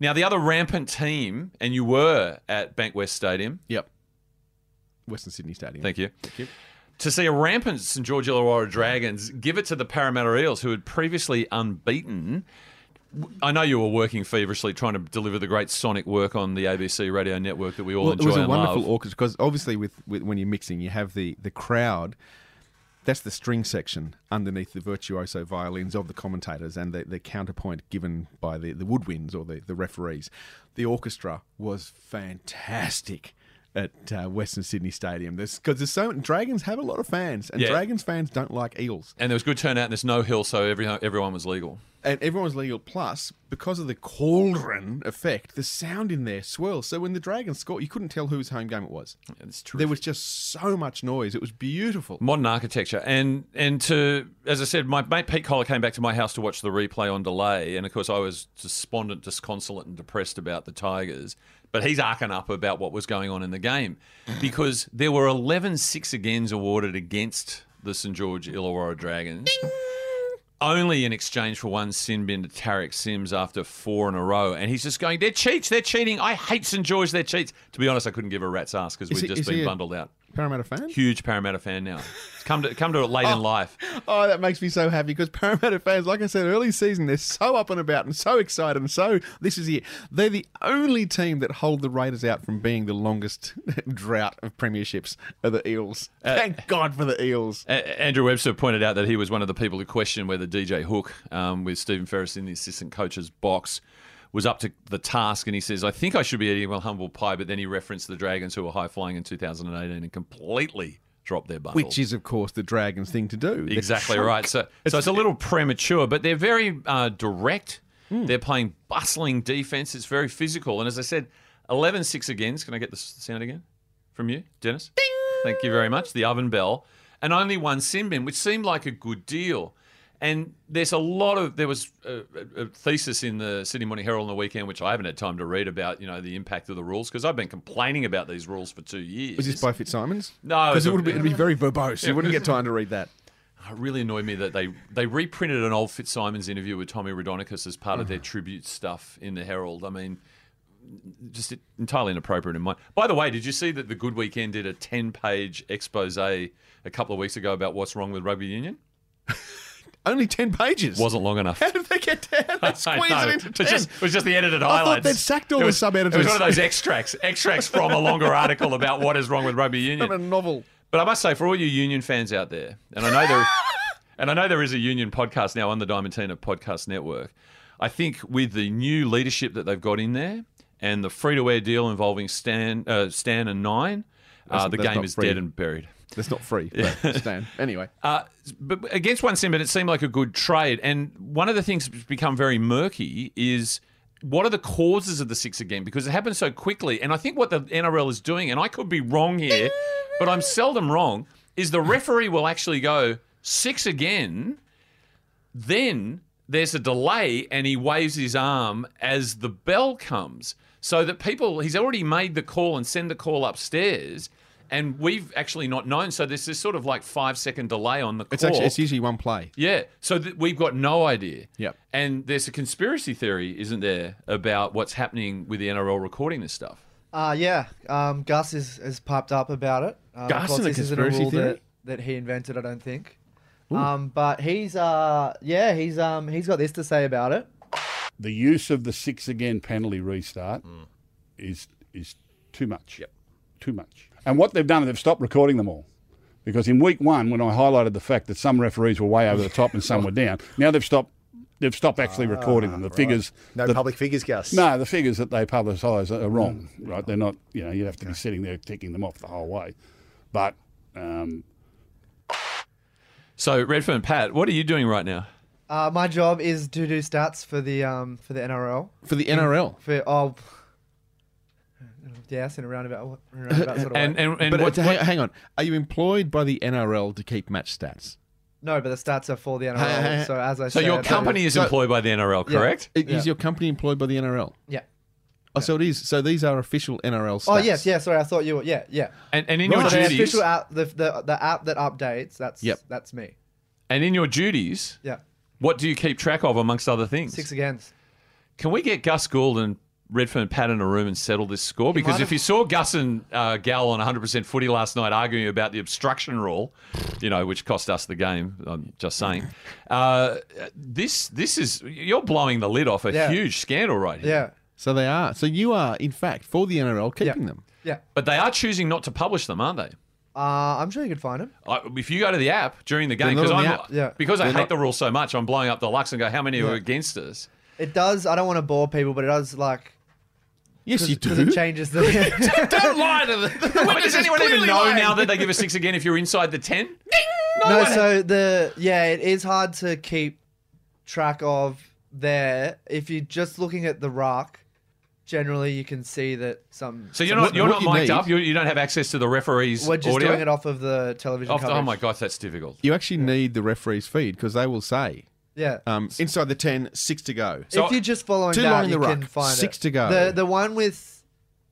D: Now, the other rampant team, and you were at Bankwest Stadium.
E: Yep. Western Sydney Stadium.
D: Thank you. To see a rampant St George Illawarra Dragons give it to the Parramatta Eels, who had previously unbeaten. I know you were working feverishly trying to deliver the great sonic work on the ABC radio network that we all
E: well,
D: enjoy
E: it was a
D: and
E: wonderful
D: love.
E: orchestra because obviously with, with when you're mixing you have the the crowd that's the string section underneath the virtuoso violins of the commentators and the, the counterpoint given by the, the woodwinds or the, the referees the orchestra was fantastic at uh, Western Sydney Stadium, because there's, so dragons have a lot of fans, and
D: Yeah.
E: dragons fans don't like eels.
D: And there was good turnout, and there's no hill, so every, everyone was legal.
E: and everyone's legal. Plus, because of the cauldron effect, the sound in there swirls. So when the Dragons scored, you couldn't tell whose home game it was. there was just so much noise. It was beautiful.
D: Modern architecture, and and to as I said, my mate Pete Collar came back to my house to watch the replay on delay, and of course I was despondent, disconsolate, and depressed about the Tigers. But he's arcing up about what was going on in the game
E: Mm-hmm.
D: because there were 11 six agains awarded against the St George Illawarra Dragons. Only in exchange for one sin bin to Tarek Sims after four in a row. And he's just going, they're cheats, they're cheating. I hate St. George, they're cheats. To be honest, I couldn't give a rat's ass because
E: Is
D: we've
E: he-
D: just
E: is he
D: been
E: a-
D: bundled out.
E: Parramatta fan?
D: Huge Parramatta fan now. It's come to come to it late in life.
E: Oh, that makes me so happy because Parramatta fans, like I said, early season, they're so up and about and so excited and so this is it. They're the only team that hold the Raiders out from being the longest drought of premierships are the Eels. Thank God for the Eels.
D: A- Andrew Webster pointed out that he was one of the people who questioned whether DJ Hook, um, with Stephen Ferris in the assistant coach's box, was up to the task. And he says, "I think I should be eating a humble pie," but then he referenced the Dragons, who were high flying in 2018 and completely drop their bundle.
E: Which is, of course, the Dragons thing to do. They're
D: Exactly
E: drunk.
D: right. So, so it's a little premature, but they're very uh, direct. They're playing bustling defense. It's very physical. And as I said, 11 6 agains. Can I get the s- sound again from you, Dennis? Ding! Thank you very much. The oven bell. And only one sin bin, which seemed like a good deal. And there's a lot of, there was a, a- a thesis in the Sydney Morning Herald on the weekend, which I haven't had time to read about, you know, the impact of the rules, because I've been complaining about these rules for two years.
E: Was this by Fitzsimons?
D: No,
E: because
D: it
E: it
D: was-
E: would be, it'd be very verbose.
D: It
E: You wouldn't
D: was-
E: get time to read that.
D: It Uh, really annoyed me that they, they reprinted an old Fitzsimons interview with Tommy Radonicus as part of
E: Mm-hmm.
D: their tribute stuff in the Herald. I mean, just entirely inappropriate in my. By the way, did you see that the Good Weekend did a 10 page expose a couple of weeks ago about what's wrong with rugby union?
E: Only 10 pages.
D: Wasn't long enough.
E: How did they get down? They squeezed
D: know.
E: it into
D: It was
E: 10.
D: just- it was just the edited
E: I thought
D: highlights.
E: they'd sacked all
D: It
E: the
D: was-
E: sub-editors.
D: It was one of those extracts, extracts from a longer article about what is wrong with rugby union.
E: Not a novel.
D: But I must say, for all you union fans out there, and I know there, and I know there is a union podcast now on the Diamantina Podcast Network. I think with the new leadership that they've got in there, and the free-to-air deal involving Stan, uh, Stan and Nine, uh,
E: That's-
D: the
E: that's
D: game
E: not
D: is
E: free.
D: dead and buried.
E: That's not free.
D: Yeah.
E: But Stan. Anyway.
D: Uh, but against one Simbin, it seemed like a good trade. And one of the things that's become very murky is what are the causes of the six again? Because it happened so quickly. And I think what the NRL is doing, and I could be wrong here, but I'm seldom wrong, is the referee will actually go six again. Then there's a delay and he waves his arm as the bell comes so that people, he's already made the call and send the call upstairs. And we've actually not known. So there's this sort of like five second delay on the call.
E: It's actually it's usually one play.
D: yeah. So th- we've got no idea.
E: Yep.
D: And there's a conspiracy theory, isn't there, about what's happening with the NRL recording this stuff?
O: Uh, yeah, um, Gus is, is piped up about it. Um, of
E: Gus
O: course,
E: and the
O: this isn't a
E: conspiracy
O: rule
E: theory?
O: That, that he invented, I don't think.
P: Ooh.
O: Um, but he's uh, yeah, he's um, he's got this to say about it.
P: the use of the six again penalty restart
Q: Mm.
P: is is too much. Yep. Too much. And what they've done is they've stopped recording them all. Because in week one, when I highlighted the fact that some referees were way over the top and some were down, now they've stopped they've stopped
O: Ah,
P: actually recording them. The
Q: right.
P: figures
Q: No
P: the-
Q: public figures, Gus.
P: No, the figures that they publicise are wrong.
O: Hmm.
P: Right? They're not you know, you'd have to be sitting there ticking them off the whole way. But um,
D: So, Redfern, Pat, what are you doing right now?
O: Uh, my job is to do stats for the um for the NRL.
E: For the
O: In-
E: NRL?
O: For oh, yes, in a roundabout, in a roundabout sort of way.
E: but it's- hang, hang on. Are you employed by the NRL to keep match stats?
O: No, but the stats are for the NRL. so as I
D: so
O: said,
D: your
O: that
D: company is
E: So-
D: employed by the NRL,
O: Yeah.
D: correct?
E: Is your company employed by the NRL?
O: Yeah.
E: Oh, so it is. So these are official NRL stats.
O: Oh yes, yeah. Sorry, I thought you were. Yeah, yeah.
D: And- and in
O: So
D: your
O: the
D: duties-
O: official app, the, the the app that updates. That's
D: Yep.
O: that's me.
D: And in your duties,
O: Yeah.
D: what do you keep track of amongst other things?
O: Six agains.
D: Can we get Gus Gould and Redfern Pat in a room and settle this score? Because
O: might
D: if
O: have-
D: you saw Gus and uh, Gal on 100% footy last night arguing about the obstruction rule, you know, which cost us the game, I'm just saying. Uh, this this is, you're blowing the lid off a
E: Yeah.
D: huge scandal right here.
E: So they are. So you are, in fact, for the NRL, keeping them.
O: Yeah.
D: But they are choosing not to publish them, aren't they?
O: Uh, I'm sure you could find him.
D: I, if you go to the app during the
E: They're
D: game,
E: not
D: because
E: on
D: I'm
E: the app. Yeah.
D: because I
E: They're
D: hate
E: not-
D: the rule so much, I'm blowing up the Lux and go, how many
O: Yeah.
D: are against us?
O: It does. I don't want to bore people, but it does like.
E: Yes,
O: cause,
D: you
O: 'cause
D: do.
O: It changes the.
E: Don't lie to them.
D: I mean, does anyone even know now that they give a six again if you're inside the 10?
O: no, so the yeah, it is hard to keep track of there. If you're just looking at the rock, generally you can see that some.
D: So you're
O: some-
D: not you're not mic'd up. You, you don't have access to the referees.
O: We're just
D: audio?
O: doing it off of the television
D: Off the-
O: coverage.
D: oh my gosh, that's difficult.
E: You actually need the referee's feed because they will say,
O: Yeah.
E: um, inside the 10, six to go.
O: if you're just following
E: too
O: that,
E: long in
O: you
E: the
O: can
E: ruck,
O: find it.
E: six to go.
O: The the one with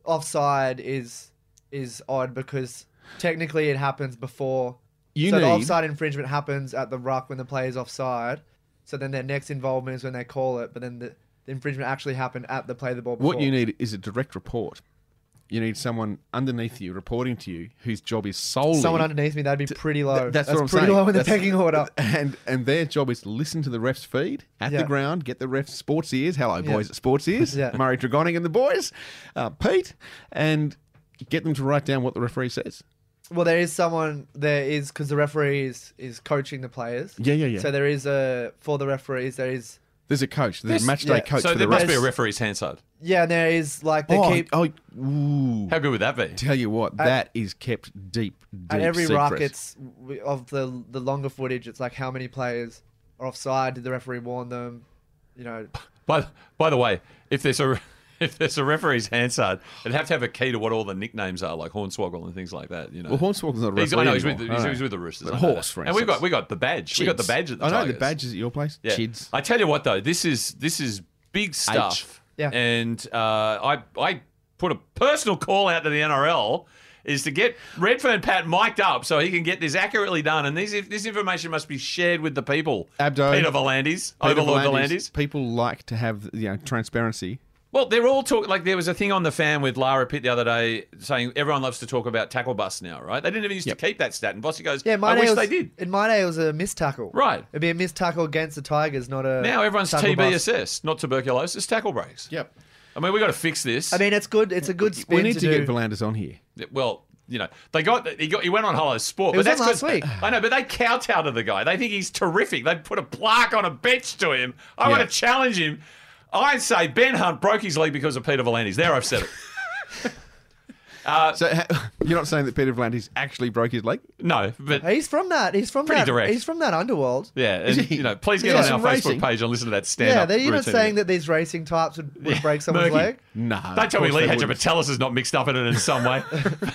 O: offside is is odd because technically it happens before.
E: You
O: so the
E: need-
O: offside infringement happens at the ruck when the player's offside. So then their next involvement is when they call it, but then the, the infringement actually happened at the play the ball. Before.
E: What you need is a direct report. You need someone underneath you reporting to you whose job is solely
O: Someone underneath me, that'd be pretty low.
E: Th- that's, what I'm
O: pretty
E: saying.
O: low in the
E: That's-
O: pecking order.
E: and and their job is to listen to the refs feed at
O: Yeah.
E: the ground, get the refs sports ears. Hello,
O: Yeah.
E: boys at sports ears.
O: Yeah.
E: Murray Dragonic and the boys, uh, Pete, and get them to write down what the referee says.
O: Well, there is someone there is because the referee is, is coaching the players.
E: Yeah, yeah, yeah.
O: So there is a for the referees there is
E: There's a coach. There's
D: This-
E: a match day
D: yeah.
E: coach.
D: So
E: for
D: there
E: the
D: must
E: ref.
D: be a referee's handshake.
O: Yeah, and there is like they
E: Oh,
O: keep
E: oh, ooh.
D: How good would that be?
E: Tell you what,
O: At-
E: that is kept deep, deep
O: at every
E: secret.
O: rock. It's we- of the the longer footage. It's like how many players are offside? Did the referee warn them? You know,
D: By, by the way, if there's a if there's a referee's Hansard, it'd have to have a key to what all the nicknames are, like Hornswoggle and things like that. You know,
E: Well, Hornswoggle's not a
D: He's, I
E: referee
D: know, he's, with,
E: anymore.
D: he's,
E: All
D: he's
E: right.
D: with the Roosters.
E: But
D: I know that.
E: Horse, for
D: and we got
E: instance.
D: we got the badge. We got the
E: Chids.
D: badge at the
E: I know, the
D: Tigers.
E: badge is at your place.
D: Yeah.
E: Chids.
D: I tell you what though, this is this is big stuff.
O: Yeah.
D: And uh, I I put a personal call out to the NRL. Is to get Redfern Pat mic'd up so he can get this accurately done, and these this information must be shared with the people.
E: Abdo,
D: Peter Volandis,
E: Peter
D: Overlord
E: Volandis.
D: Volandis.
E: People like to have you know transparency.
D: Well, they're all talking. Like there was a thing on the fan with Lara Pitt the other day saying everyone loves to talk about tackle bus now, right? They didn't even used to keep that stat. And Bossy goes,
O: yeah,
D: "Yeah,
O: in my
D: I
O: day
D: wish
O: was,
D: they did."
O: In my day, it was a missed tackle.
D: Right.
O: It'd be a missed tackle against the Tigers, not a
D: Now everyone's
O: tackle bust.
D: TBSS, not tuberculosis, tackle breaks. Yep. I mean, we got to fix this.
O: I mean, it's good. It's a good spin
E: we need to,
O: do.
E: get Volandis on here.
D: well, you know, they got he got he went on Hello Sport,
O: It was
D: but that's
O: on last
D: 'cause-
O: week.
D: I know, but they kowtow to the guy. They think he's terrific. They put a plaque on a bench to him. I want
E: Yeah.
D: to challenge him. I say Ben Hunt broke his leg because of Peter Volandis. There, I've said it. Uh,
E: so ha- you're not saying that Peter Volandis actually broke his leg?
D: No, but
O: Oh, He's from that. He's from
D: Pretty
O: that.
D: direct.
O: He's from that underworld.
D: Yeah,
E: Is
D: and,
E: he?
D: you know, please get
E: Yeah.
D: on
E: Some
D: our
E: racing.
D: Facebook page and listen to that stand-up.
O: Yeah, they're even
D: routine.
O: saying that these racing types would, would break someone's
D: Murky.
O: leg.
E: Nah.
D: Don't tell me
E: of course
D: Lee
E: they wouldn't.
D: Hedger-Patelis is not mixed up in it in some way.
E: or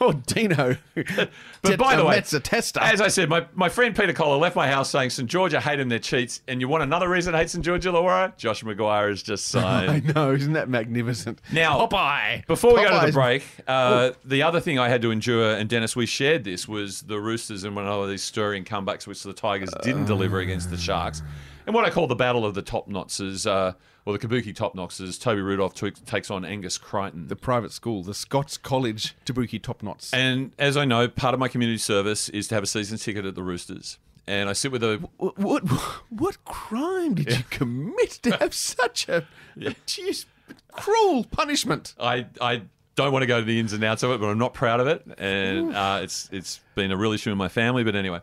E: Oh, Dino. but
D: But by the way,
E: that's a tester.
D: as I said, my, my friend Peter Collar left my house saying St George, I hate him, they're cheats. And you want another reason I hate St George Illawarra? Josh McGuire is just
E: I
D: signed.
E: know, isn't that magnificent?
D: Now,
E: Popeye.
D: Before we go to the
E: Popeye's-
D: break, uh, the other thing I had to endure, and Dennis, we shared this, was the Roosters and one of these stirring comebacks which the Tigers didn't deliver against the
E: Uh.
D: Sharks. And what I call the battle of the top knots is, uh, or the Kabuki top knots is Toby Rudolph t- takes on Angus Crichton.
E: the private school, the Scots College Tabuki Top Knots.
D: And as I know, part of my community service is to have a season ticket at the Roosters. And I sit with a
E: What, what what crime did you commit to have such a, a jeez, cruel punishment?
D: I I don't want to go to the ins and outs of it, but I'm not proud of it,
E: Mm.
D: and uh, it's it's been a real issue in my family. But anyway,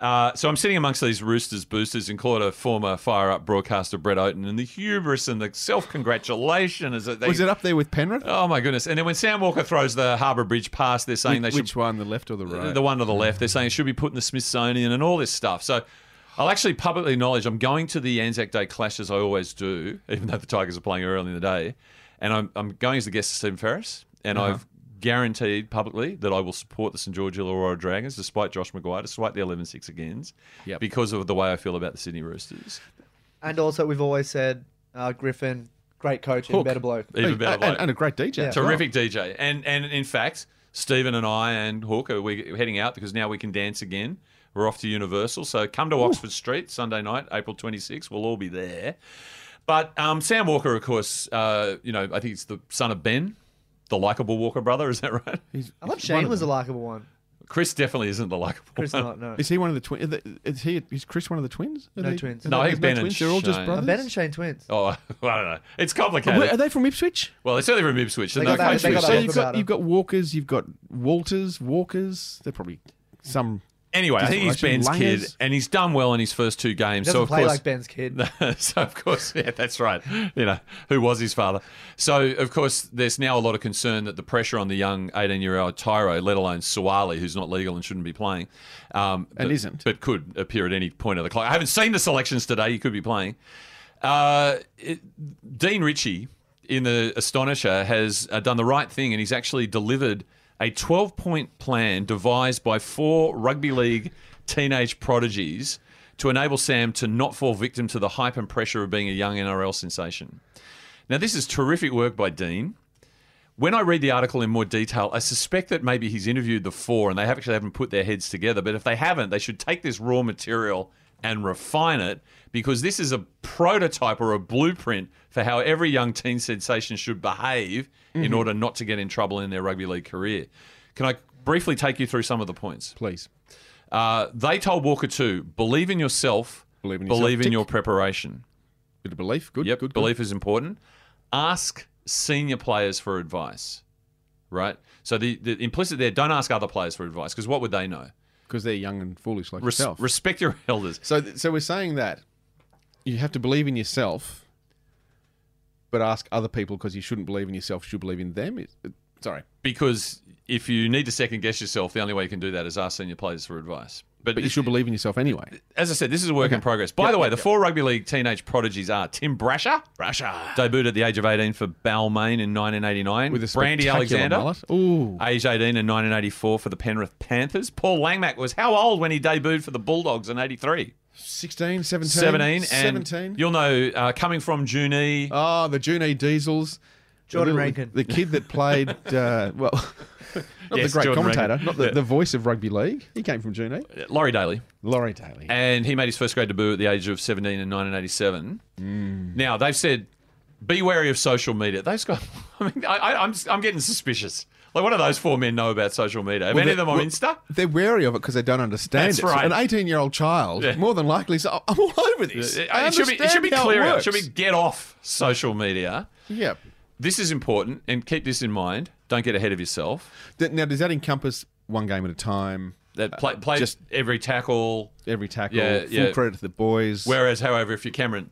D: uh, so I'm sitting amongst these Roosters boosters, including a former Fire Up broadcaster Brett Oaten, and the hubris and the self congratulation is that they.
E: Was it up there with Penrith?
D: Oh my goodness! And then when Sam Walker throws the Harbour Bridge pass, they're saying
E: Which-
D: they should
E: which one, the left or the right?
D: the one to the left. They're saying it should be put in the Smithsonian and all this stuff. So I'll actually publicly acknowledge I'm going to the Anzac Day clash as I always do, even though the Tigers are playing early in the day. And I'm, I'm going as the guest of Stephen Ferris. And
E: Uh-huh.
D: I've guaranteed publicly that I will support the St George Illawarra Dragons, despite Josh McGuire, despite the 11 6 agains,
E: Yep.
D: because of the way I feel about the Sydney Roosters.
O: And also, we've always said uh, Griffin, great coach and
E: Hook.
O: better bloke.
D: Even better
E: and,
D: bloke.
E: and a great DJ. as well.
D: Terrific DJ. And and in fact, Stephen and I and Hooker, we're heading out because now we can dance again. We're off to Universal. So come to Oxford Street Sunday night, April 26th. We'll all be there. But um, Sam Walker, of course, uh, you know, I think it's the son of Ben, the likable Walker brother. Is that right?
O: I thought Shane was a likable one.
D: Chris definitely isn't the likable
O: Chris
D: one.
O: not no.
E: Is he one of the twins? Is he? Is Chris one of the twins? Are
O: No
E: they-
O: twins.
E: are
D: No,
E: they-
D: he's
E: there's
D: Ben and
E: twins? They're all just
D: Shane.
O: Uh,
E: brothers.
O: Ben and Shane twins.
D: Oh, I don't know. It's
E: Oh, wait, Are
D: complicated.
E: they from Ipswich?
D: Well, it's certainly from Ipswich.
O: They
D: and
O: got that-
D: country
O: they
D: is-
O: got
E: So
O: that
E: you've
O: book
E: got
O: about
E: you've got Walkers, you've got Walters, Walkers. They're probably some.
D: Anyway, I think he's Ben's
E: Dislocation,
D: kid,
E: layers.
D: and he's done well in his first two
O: He
D: games.
O: doesn't
D: So of
O: play
D: course,
O: like Ben's kid.
D: so of course, yeah, that's right. You know, who was his father? So of course, there's now a lot of concern that the pressure on the young 18-year-old Tyro, let alone Suwali, who's not legal and shouldn't be playing, um,
E: And
D: but-
E: isn't.
D: but could appear at any point of the clock. I haven't seen the selections today. He could be playing. Uh, it, Dean Ritchie in the Astonisher has uh, done the right thing, and he's actually delivered a 12-point plan devised by four rugby league teenage prodigies to enable Sam to not fall victim to the hype and pressure of being a young NRL sensation. Now, this is terrific work by Dean. When I read the article in more detail, I suspect that maybe he's interviewed the four and they have- actually haven't put their heads together. But if they haven't, they should take this raw material and refine it because this is a prototype or a blueprint for how every young teen sensation should behave
E: Mm-hmm.
D: in order not to get in trouble in their rugby league career. Can I briefly take you through some of the points?
E: Please.
D: Uh, they told Walker too believe in yourself,
E: Believe in yourself.
D: believe in
E: Tick.
D: your preparation.
E: Bit of belief. Good.
D: Yep,
E: Good.
D: belief is important. Ask senior players for advice, right? So the, the implicit there, don't ask other players for advice because what would they know?
E: Because they're young and foolish like
D: Res-
E: yourself.
D: respect your elders.
E: so, th- so we're saying that you have to believe in yourself, but ask other people because you shouldn't believe in yourself. You should believe in them. It, it- sorry,
D: Because if you need to second guess yourself, the only way you can do that is ask senior players for advice. But,
E: but you should believe in yourself anyway.
D: as I said, this is a work in progress. By
E: Yep,
D: the way,
E: yep,
D: the
E: yep.
D: four rugby league teenage prodigies are Tim Brasher,
E: Brasher.
D: debuted at the age of 18 for Balmain in 1989,
E: With a
D: Brandy
E: spectacular
D: Alexander,
E: mullet. Uh, Ooh.
D: age 18 in 1984 for the Penrith Panthers. Paul Langmack was how old when he debuted for the Bulldogs in 83?
E: 16, 17.
D: 17. And
E: 17.
D: You'll know, uh, coming from E, Junee.
E: Oh, the Junee Diesels.
D: Jordan
E: the
D: Rankin.
E: The kid that played, uh, well, not
D: Yes,
E: the great
D: Jordan
E: commentator,
D: Rankin.
E: not the,
D: Yeah.
E: the voice of rugby league. He came from Junee.
D: Laurie Daly.
E: Laurie Daly.
D: And he made his first grade debut at the age of 17 in 1987.
E: Mm.
D: Now, they've said, be wary of social media. Those guys, I mean, I, I, I'm, I'm getting suspicious. Like, what do those four men know about social media? Have
E: Well,
D: any
E: they-
D: of them on
E: well,
D: Insta?
E: They're wary of it because they don't understand
D: That's
E: it.
D: right.
E: An 18 year old child,
D: Yeah.
E: more than likely, is, "Oh, I'm all over this. I
D: Uh, it, should be, it should be
E: understand how
D: clearer.
E: It
D: It should be get off social media.
E: Yeah.
D: This is important, and keep this in mind. Don't get ahead of yourself.
E: Now, does that encompass one game at a time?
D: That play,
E: Uh,
D: play
E: just
D: every tackle.
E: every tackle.
D: Yeah,
E: full
D: yeah.
E: credit to the boys.
D: Whereas, however, if you're Cameron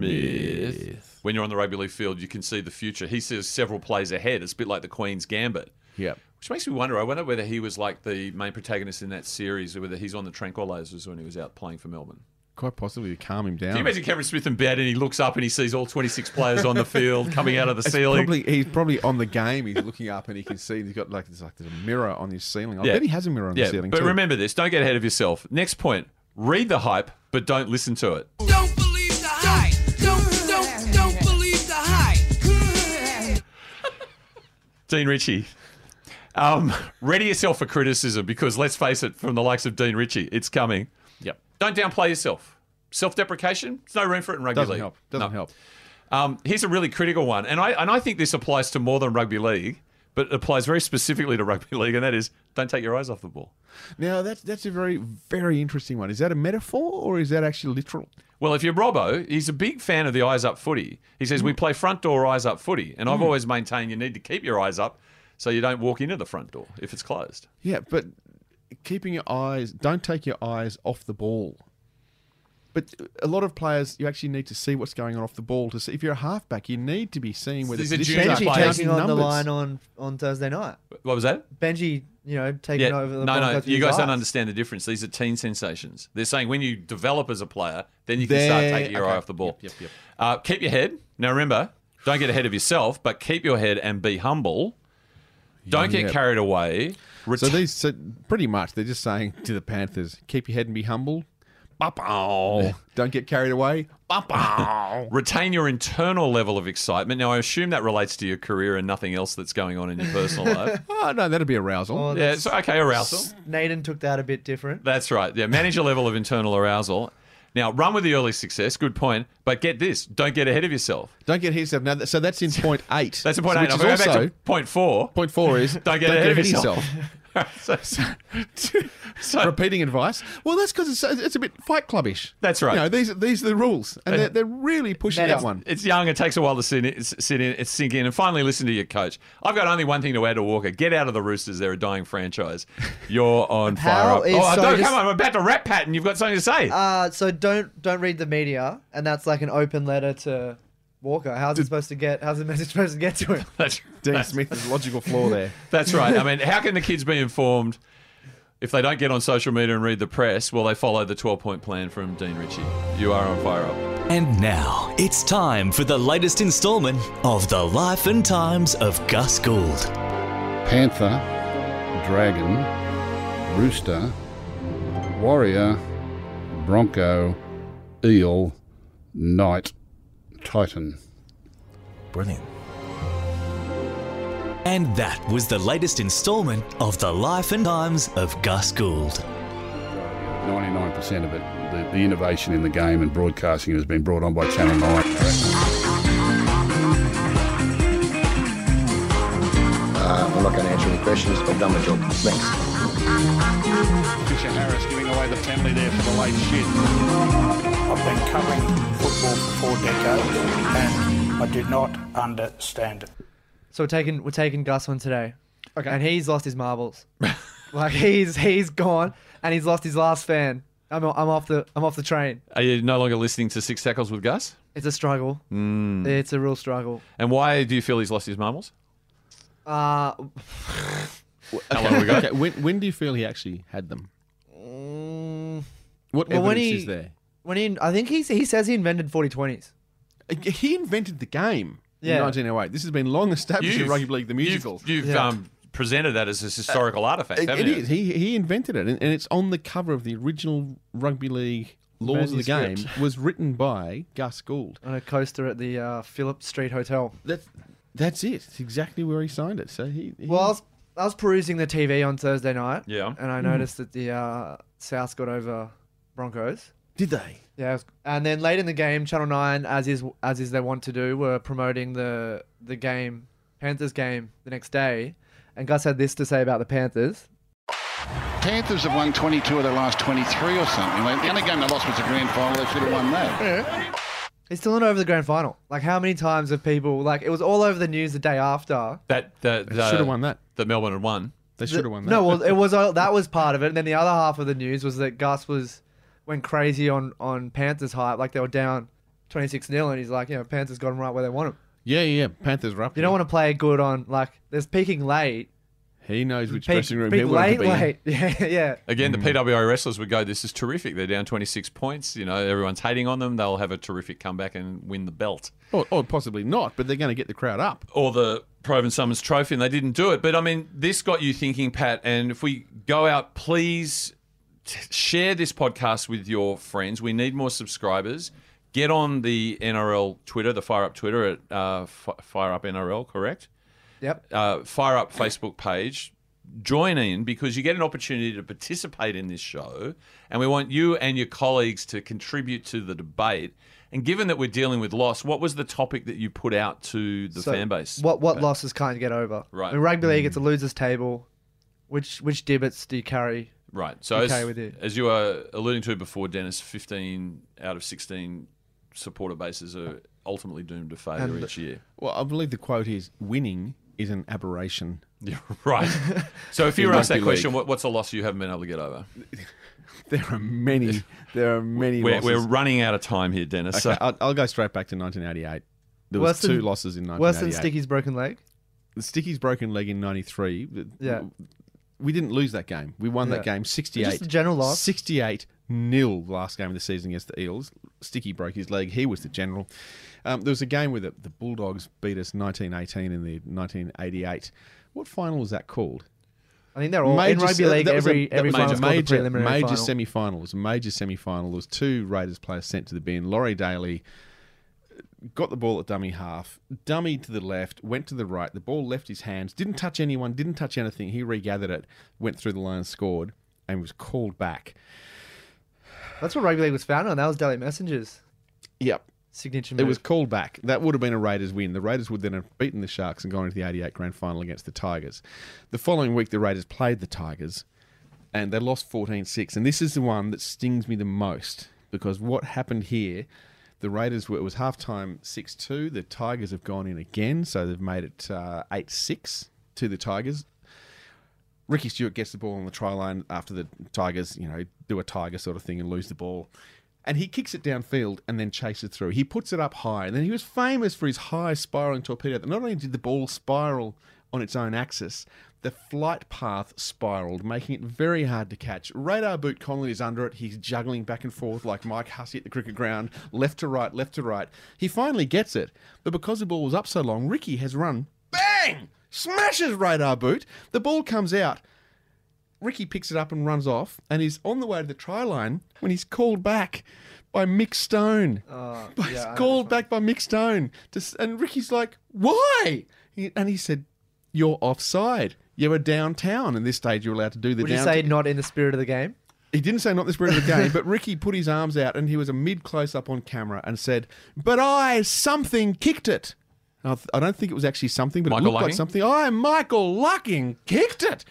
D: Smith, when you're on the rugby league field, you can see the future. He sees several plays ahead. It's a bit like the Queen's Gambit.
E: Yep.
D: Which makes me wonder. I wonder whether he was like the main protagonist in that series, or whether he's on the tranquilizers when he was out playing for Melbourne.
E: Quite possibly to calm him down.
D: Can you imagine Cameron Smith in bed and he looks up and he sees all 26 players on the field coming out of the
E: It's
D: ceiling?
E: Probably, he's probably on the game. He's looking up and he can see he's got like there's like there's a mirror on his ceiling. I bet he has a mirror on
D: yeah.
E: the ceiling.
D: But
E: too.
D: remember this: don't get ahead of yourself. Next point: read the hype, but don't listen to it.
J: Don't believe the hype. Don't, don't, don't believe the hype.
D: Dean Ritchie. Um, ready yourself for criticism because let's face it, from the likes of Dean Ritchie, it's coming. Yep. Don't downplay yourself. Self-deprecation, there's no room for it in rugby
E: Doesn't
D: league.
E: help. Doesn't help.
D: Um, here's a really critical one, and I and I think this applies to more than rugby league, but it applies very specifically to rugby league, and that is don't take your eyes off the ball.
E: Now that's that's a very very interesting one. Is that a metaphor or is that actually literal?
D: Well, if you're Robbo, he's a big fan of the eyes up footy. He says
E: Mm.
D: we play front door eyes up footy, and I've always maintained you need to keep your eyes up so you don't walk into the front door if it's closed.
E: Yeah, but keeping your eyes don't take your eyes off the ball. But a lot of players, you actually need to see what's going on off the ball. To see if you're a halfback, you need to be seeing where
D: These
E: the
D: are
E: positions
D: junior
E: are.
D: players.
E: counting
D: Taking
O: Taking on the
E: numbers.
O: line on, on Thursday night.
D: What was that?
O: Benji, you know, taking over the
D: no, no,
O: Broncos with
D: you
O: his
D: guys
O: eyes.
D: don't understand the difference. These are teen sensations. They're saying when you develop as a player, then you can
E: They-
D: start taking your
E: okay.
D: eye off the ball.
E: Yep, yep, yep.
D: Uh, keep your head. Now remember, don't get ahead of yourself, but keep your head and be humble. Don't get
E: Yep.
D: carried away.
E: So these, so pretty much, they're just saying to the Panthers, keep your head and be humble. Ba-pow. Don't get carried away. Ba-pow.
D: Retain your internal level of excitement. Now, I assume that relates to your career and nothing else that's going on in your personal life.
E: oh no, that'd be arousal.
O: Oh,
D: Yeah,
O: that's-
D: it's okay, arousal.
O: Naden took that a bit different.
D: That's right. Yeah, manage your level of internal arousal. Now, run with the early success. Good point. But get this don't get ahead of yourself.
E: Don't get his now. that- So that's in point eight.
D: That's a point
E: So
D: eight.
E: Which
D: Now,
E: is
D: if we go back
E: also
D: to point four.
E: point four is
D: Don't get ahead of yourself.
E: yourself. Repeating advice. Well, that's because it's, it's a bit Fight Clubbish.
D: That's right.
E: You know, these these are the rules, and they're, they're really pushing that
D: It's-
E: one.
D: It's young. It takes a while to sit in, sit in, it's sink in, and finally listen to your coach. I've got only one thing to add to Walker: get out of the Roosters. They're a dying franchise. You're on fire.
O: How
D: Up.
O: is-
D: oh,
O: so
D: don't,
O: just-
D: come on! I'm about to rap, Pat, and you've got something to say.
O: Uh, so don't don't read the media, and that's like an open letter to Walker. How's it supposed to get? How's the message supposed to get to him?
D: that's,
E: Dean Smith's logical flaw there.
D: that's right. I mean, how can the kids be informed if they don't get on social media and read the press? Well, they follow the 12-point plan from Dean Ritchie. You are on fire. Up.
Q: And now it's time for the latest instalment of The Life and Times of Gus Gould.
P: Panther, Dragon, Rooster, Warrior, Bronco, Eel, Knight, Titan.
Q: Brilliant. And that was the latest instalment of The Life and Times of Gus Gould.
P: 99% of it, the, the innovation in the game and broadcasting has been brought on by Channel 9.
G: Uh, I'm not going to answer any questions. I've done my job. Thanks.
P: Fisher Harris giving away the penalty there for the late shit.
K: I've been covering football for four decades and I do not understand it.
O: So we're taking we're taking Gus on today. Okay. And he's lost his marbles. like he's he's gone, and he's lost his last fan. I'm, I'm off the I'm off the train.
D: Are you no longer listening to Six Tackles with Gus?
O: It's a struggle.
D: Mm.
O: It's a real struggle.
D: And why do you feel he's lost his marbles?
O: Uh,
D: How long ago?
E: Okay, when, when do you feel he actually had them? What
O: well, when
E: evidence
O: he,
E: is there?
O: mm, When he, I think he he says he invented 4020s.
E: He invented the game
O: Yeah.
E: in 1908. This has been long established in
D: You've-
E: rugby league, the musical.
D: You've, you've, um, presented that as this historical artifact,
E: It-
D: haven't
E: it
D: you?
E: is. He, he invented it, and, and it's on the cover of the original rugby league laws of the game.
O: Manuscript.
E: Was written by Gus Gould.
O: On a coaster at the uh, Phillip Street Hotel.
E: That's that's it. It's exactly where he signed it. So he, he
O: Well, I was, I was perusing the TV on Thursday night.
E: Yeah.
O: And I
E: Mm.
O: noticed that the uh, South got over Broncos.
E: Did they?
O: Yeah. it was- And then late in the game, Channel Nine, as is as is their want to do, were promoting the the game Panthers game the next day, and Gus had this to say about the Panthers.
R: Panthers have won 22 of their last 23 or something. Like, the only game they lost was the grand final. They should have won that.
O: It's still not over the grand final. Like how many times have people like it was all over the news the day after.
D: That the,
E: They
D: the-
E: should've won that.
D: That Melbourne had won.
E: They should have won that.
O: No, well, it was all- that was part of it. And then the other half of the news was that Gus was went crazy on on Panthers hype, like they were down twenty six 0 and he's like, you know, Panthers got him right where they want him.
E: yeah, yeah. Panthers were up.
O: You don't want to play good on like there's peaking late,
E: He knows which
O: peak,
E: dressing room he
O: peak
E: wanted
O: late,
E: to be in.
O: late, yeah, yeah.
D: Again,
E: Mm.
D: the PWO wrestlers would go, "This is terrific. They're down 26 points. You know, everyone's hating on them. They'll have a terrific comeback and win the belt."
E: Or, or possibly not, but they're going to get the crowd up.
D: or the Proven Summons Trophy, and they didn't do it. But I mean, this got you thinking, Pat. And if we go out, please t- share this podcast with your friends. We need more subscribers. Get on the NRL Twitter, the Fire Up Twitter at uh, F- Fire Up NRL, correct?
O: Yep.
D: Uh, Fire Up Facebook page. Join in because you get an opportunity to participate in this show, and we want you and your colleagues to contribute to the debate. And given that we're dealing with loss, what was the topic that you put out to the
O: So,
D: fan base?
O: What what losses can't you get over?
D: Right.
O: In rugby league, it's
E: Mm.
O: a losers table. Which which divots do you carry?
D: Right. So
O: you
D: as,
O: carry with you.
D: as you were alluding to before, Dennis, 15 out of 16 supporter bases are ultimately doomed to failure
E: And-
D: each year.
E: Well, I believe the quote is winning is an aberration.
D: Yeah, right. So if you
E: In
D: were asked that
E: rugby
D: question,
E: league.
D: what, what's a loss you haven't been able to get over?
E: there are many. There are many
D: We're,
E: losses.
D: we're running out of time here, Dennis.
E: Okay,
D: So-
E: I'll, I'll go straight back to 1988. There was
O: Worse than-
E: two losses in 1988.
O: Worse than Sticky's broken leg.
E: The Sticky's broken leg in 93. The-
O: Yeah.
E: We didn't lose that game. We won that
O: Yeah.
E: game 68.
O: Just a general loss.
E: 68 nil last game of the season against the Eels. Sticky broke his leg. He was the general. Um, there was a game where the, the Bulldogs beat us 1918 in the 1988. What final was that called?
O: I think they're all in rugby league.
E: that was a-
O: Every
E: that
O: every
E: was a
O: final major,
E: major,
O: preliminary
E: major
O: final.
E: semi-final. It was a major semi-final. There was two Raiders players sent to the bin. Laurie Daly got the ball at dummy half, dummy to the left, went to the right. The ball left his hands, didn't touch anyone, didn't touch anything. He regathered it, went through the line, scored, and was called back.
O: That's what rugby league was founded on. That was Daily Messengers
E: Yep.
O: signature
E: It
O: move.
E: was called back. That would have been a Raiders win. The Raiders would then have beaten the Sharks and gone into the 88 grand final against the Tigers. The following week, the Raiders played the Tigers and they lost 14 6. And this is the one that stings me the most because what happened here, the Raiders were, it was halftime 6 2. The Tigers have gone in again, so they've made it 8 6 to the Tigers. Ricky Stewart gets the ball on the try line after the Tigers, you know, do a Tiger sort of thing and lose the ball. And he kicks it downfield and then chases through. He puts it up high. And then he was famous for his high spiraling torpedo that not only did the ball spiral on its own axis, the flight path spiraled, making it very hard to catch. Radar boot Connolly is under it. He's juggling back and forth like Mike Hussey at the cricket ground, left to right, left to right. He finally gets it. But because the ball was up so long, Ricky has run bang! Smashes radar boot. The ball comes out. Ricky picks it up and runs off, and he's on the way to the try line when he's called back by Mick Stone.
O: Oh,
E: But
O: yeah, I
E: he's called back by Mick Stone. To, s- and Ricky's like, why? He- And he said, you're offside. You were downtown. In this stage, you're allowed to do the
O: Would you
E: downtown.
O: say not in the spirit of the game?
E: He didn't say not this spirit of the game, but Ricky put his arms out and he was a mid close up on camera and said, But I something kicked it. And I, th- I don't think it was actually something, but
D: Michael
E: it looked
D: Lucking?
E: like something. I, Michael Lucking, kicked it.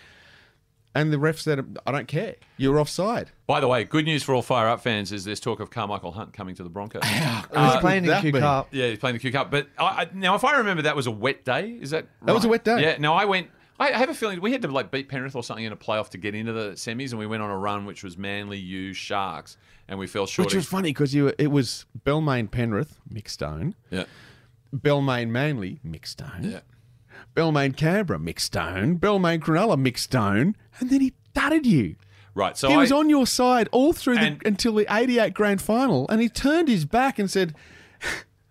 E: And the ref said, I don't care. You're offside.
D: By the way, good news for all Fire Up fans is there's talk of Carmichael Hunt coming to the Broncos.
E: he's playing in the that Q be? Cup.
D: Yeah, he's playing the Q Cup. But I, I, now, if I remember, that was a wet day. Is that right?
E: That was a wet day.
D: Yeah. Now I went. I I have a feeling we had to like beat Penrith or something in a playoff to get into the semis, and we went on a run which was Manly, you Sharks, and we fell short.
E: Which was funny because you were, it was Belmain Penrith, Mick Stone.
D: Yeah.
E: Belmain Manly, Mick Stone. Yeah. Belmain Canberra, Mick Stone. Belmain Cronulla, Mick Stone. And then he dudded you.
D: right. So
E: he
D: I,
E: was on your side all through the, until the 88 grand final, and he turned his back and said,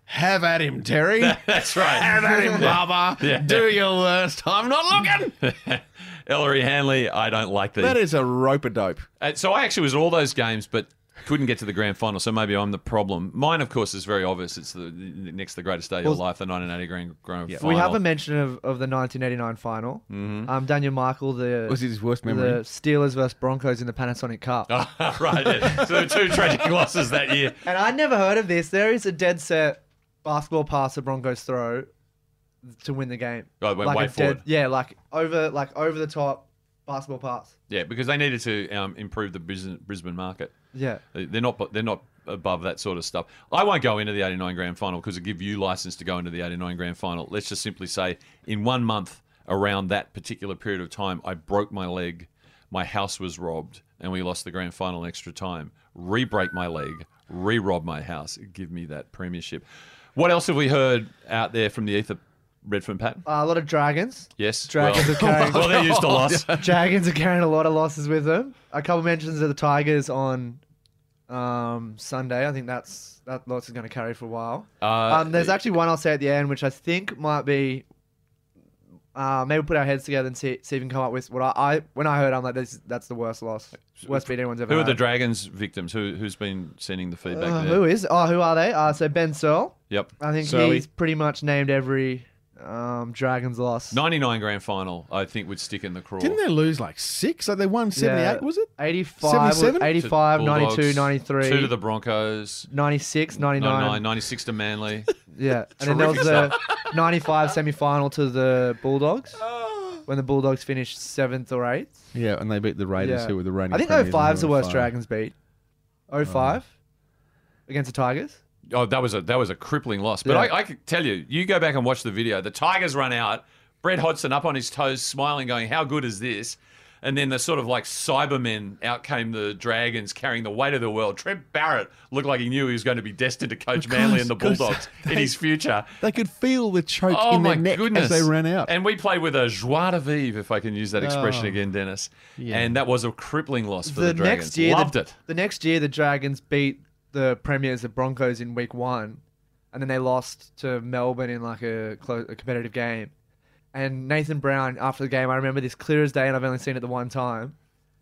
E: Have at him, Terry.
D: That's right.
E: Have at him,
D: Yeah.
E: Baba.
D: Yeah.
E: Do your worst. I'm not looking.
D: Ellery Hanley, I don't like the.
E: that is a rope a dope.
D: Uh, so I actually was at all those games, but couldn't get to the grand final. So maybe I'm the problem. Mine, of course, is very obvious. It's the, the next to the greatest day of your
O: Well-
D: life, the 1980 grand, grand final.
O: We have a mention of, of the 1989 final.
D: Mhm.
O: Um, Daniel Michael, the
D: Was it his worst
O: The
D: memory?
O: Steelers versus Broncos in the Panasonic Cup.
D: Oh. right. Yeah. So there were two tragic losses that year.
O: And I'd never heard of this. There is a dead set basketball pass the Broncos throw to win the game.
D: Oh, it went
O: like
D: way
O: a dead-
D: forward.
O: Yeah, like over like over the top basketball pass.
D: Yeah, because they needed to um, improve the Brisbane, Brisbane market.
O: Yeah.
D: They- they're not they're not above that sort of stuff. I won't go into the eighty nine grand final because it give you license to go into the eighty nine grand final. Let's just simply say, in one month around that particular period of time, I broke my leg, my house was robbed, and we lost the grand final in extra time. Re-break my leg, re-rob my house, give me that premiership. What else have we heard out there from the ether, Redfern Pat?
O: Uh, a lot of dragons.
D: Yes,
O: Dragons
D: well-
O: are carrying.
D: well, they're used to loss.
O: dragons are carrying a lot of losses with them. A couple mentions of the Tigers on um, Sunday. I think that's that loss is going to carry for a while.
D: Uh,
O: um, there's actually one I'll say at the end, which I think might be. Uh, maybe put our heads together and see, see if we can come up with what I, I when I heard I'm like this that's the worst loss worst beat anyone's ever
D: Who are
O: had.
D: the Dragons victims? Who who's been sending the feedback?
O: Uh,
D: there?
O: who is oh who are they uh, so Ben Searle
D: Yep.
O: I think
D: Searle.
O: he's pretty much named every um, Dragons loss
D: 99 grand final, I think, would stick in the craw.
E: Didn't they lose like six? Like they won 78,
O: Yeah.
E: was it?
O: 85,
E: 77?
O: 85,
D: To
O: 92,
D: Bulldogs,
O: 93.
D: Two to the Broncos.
O: 96, 99.
D: 99, 96 to Manly.
O: Yeah, and then there was the
D: Terrific
O: 95 semi-final to the Bulldogs when the Bulldogs finished seventh or eighth.
E: Yeah, and they beat the Raiders,
O: Yeah.
E: who were the reigning
O: I think
E: premiers in
O: 05's the worst
E: 05.
O: Dragons beat. 05 against the Tigers.
D: Oh, that was a that was a crippling loss. But
O: Yeah.
D: I, I can tell you, you go back and watch the video. The Tigers run out. Brett Hodgson up on his toes, smiling, going, "How good is this?" And then the sort of like Cybermen out came the Dragons, carrying the weight of the world. Trent Barrett looked like he knew he was going to be destined to coach Manly and the
E: because
D: Bulldogs
E: they-
D: in his future.
E: They could feel the choke
D: Oh
E: in their
D: my
E: neck
D: goodness!
E: as they ran out.
D: and we played with a joie de vivre, if I can use that expression
E: Oh.
D: again, Dennis.
E: Yeah.
D: And that was a crippling loss for the, Dragons.
O: next year,
D: Loved
O: the,
D: it.
O: The next year, the Dragons beat the Premiers, the Broncos, in week one, and then they lost to Melbourne in like a, clo- a competitive game. And Nathan Brown, after the game, I remember this clear as day, and I've only seen it the one time.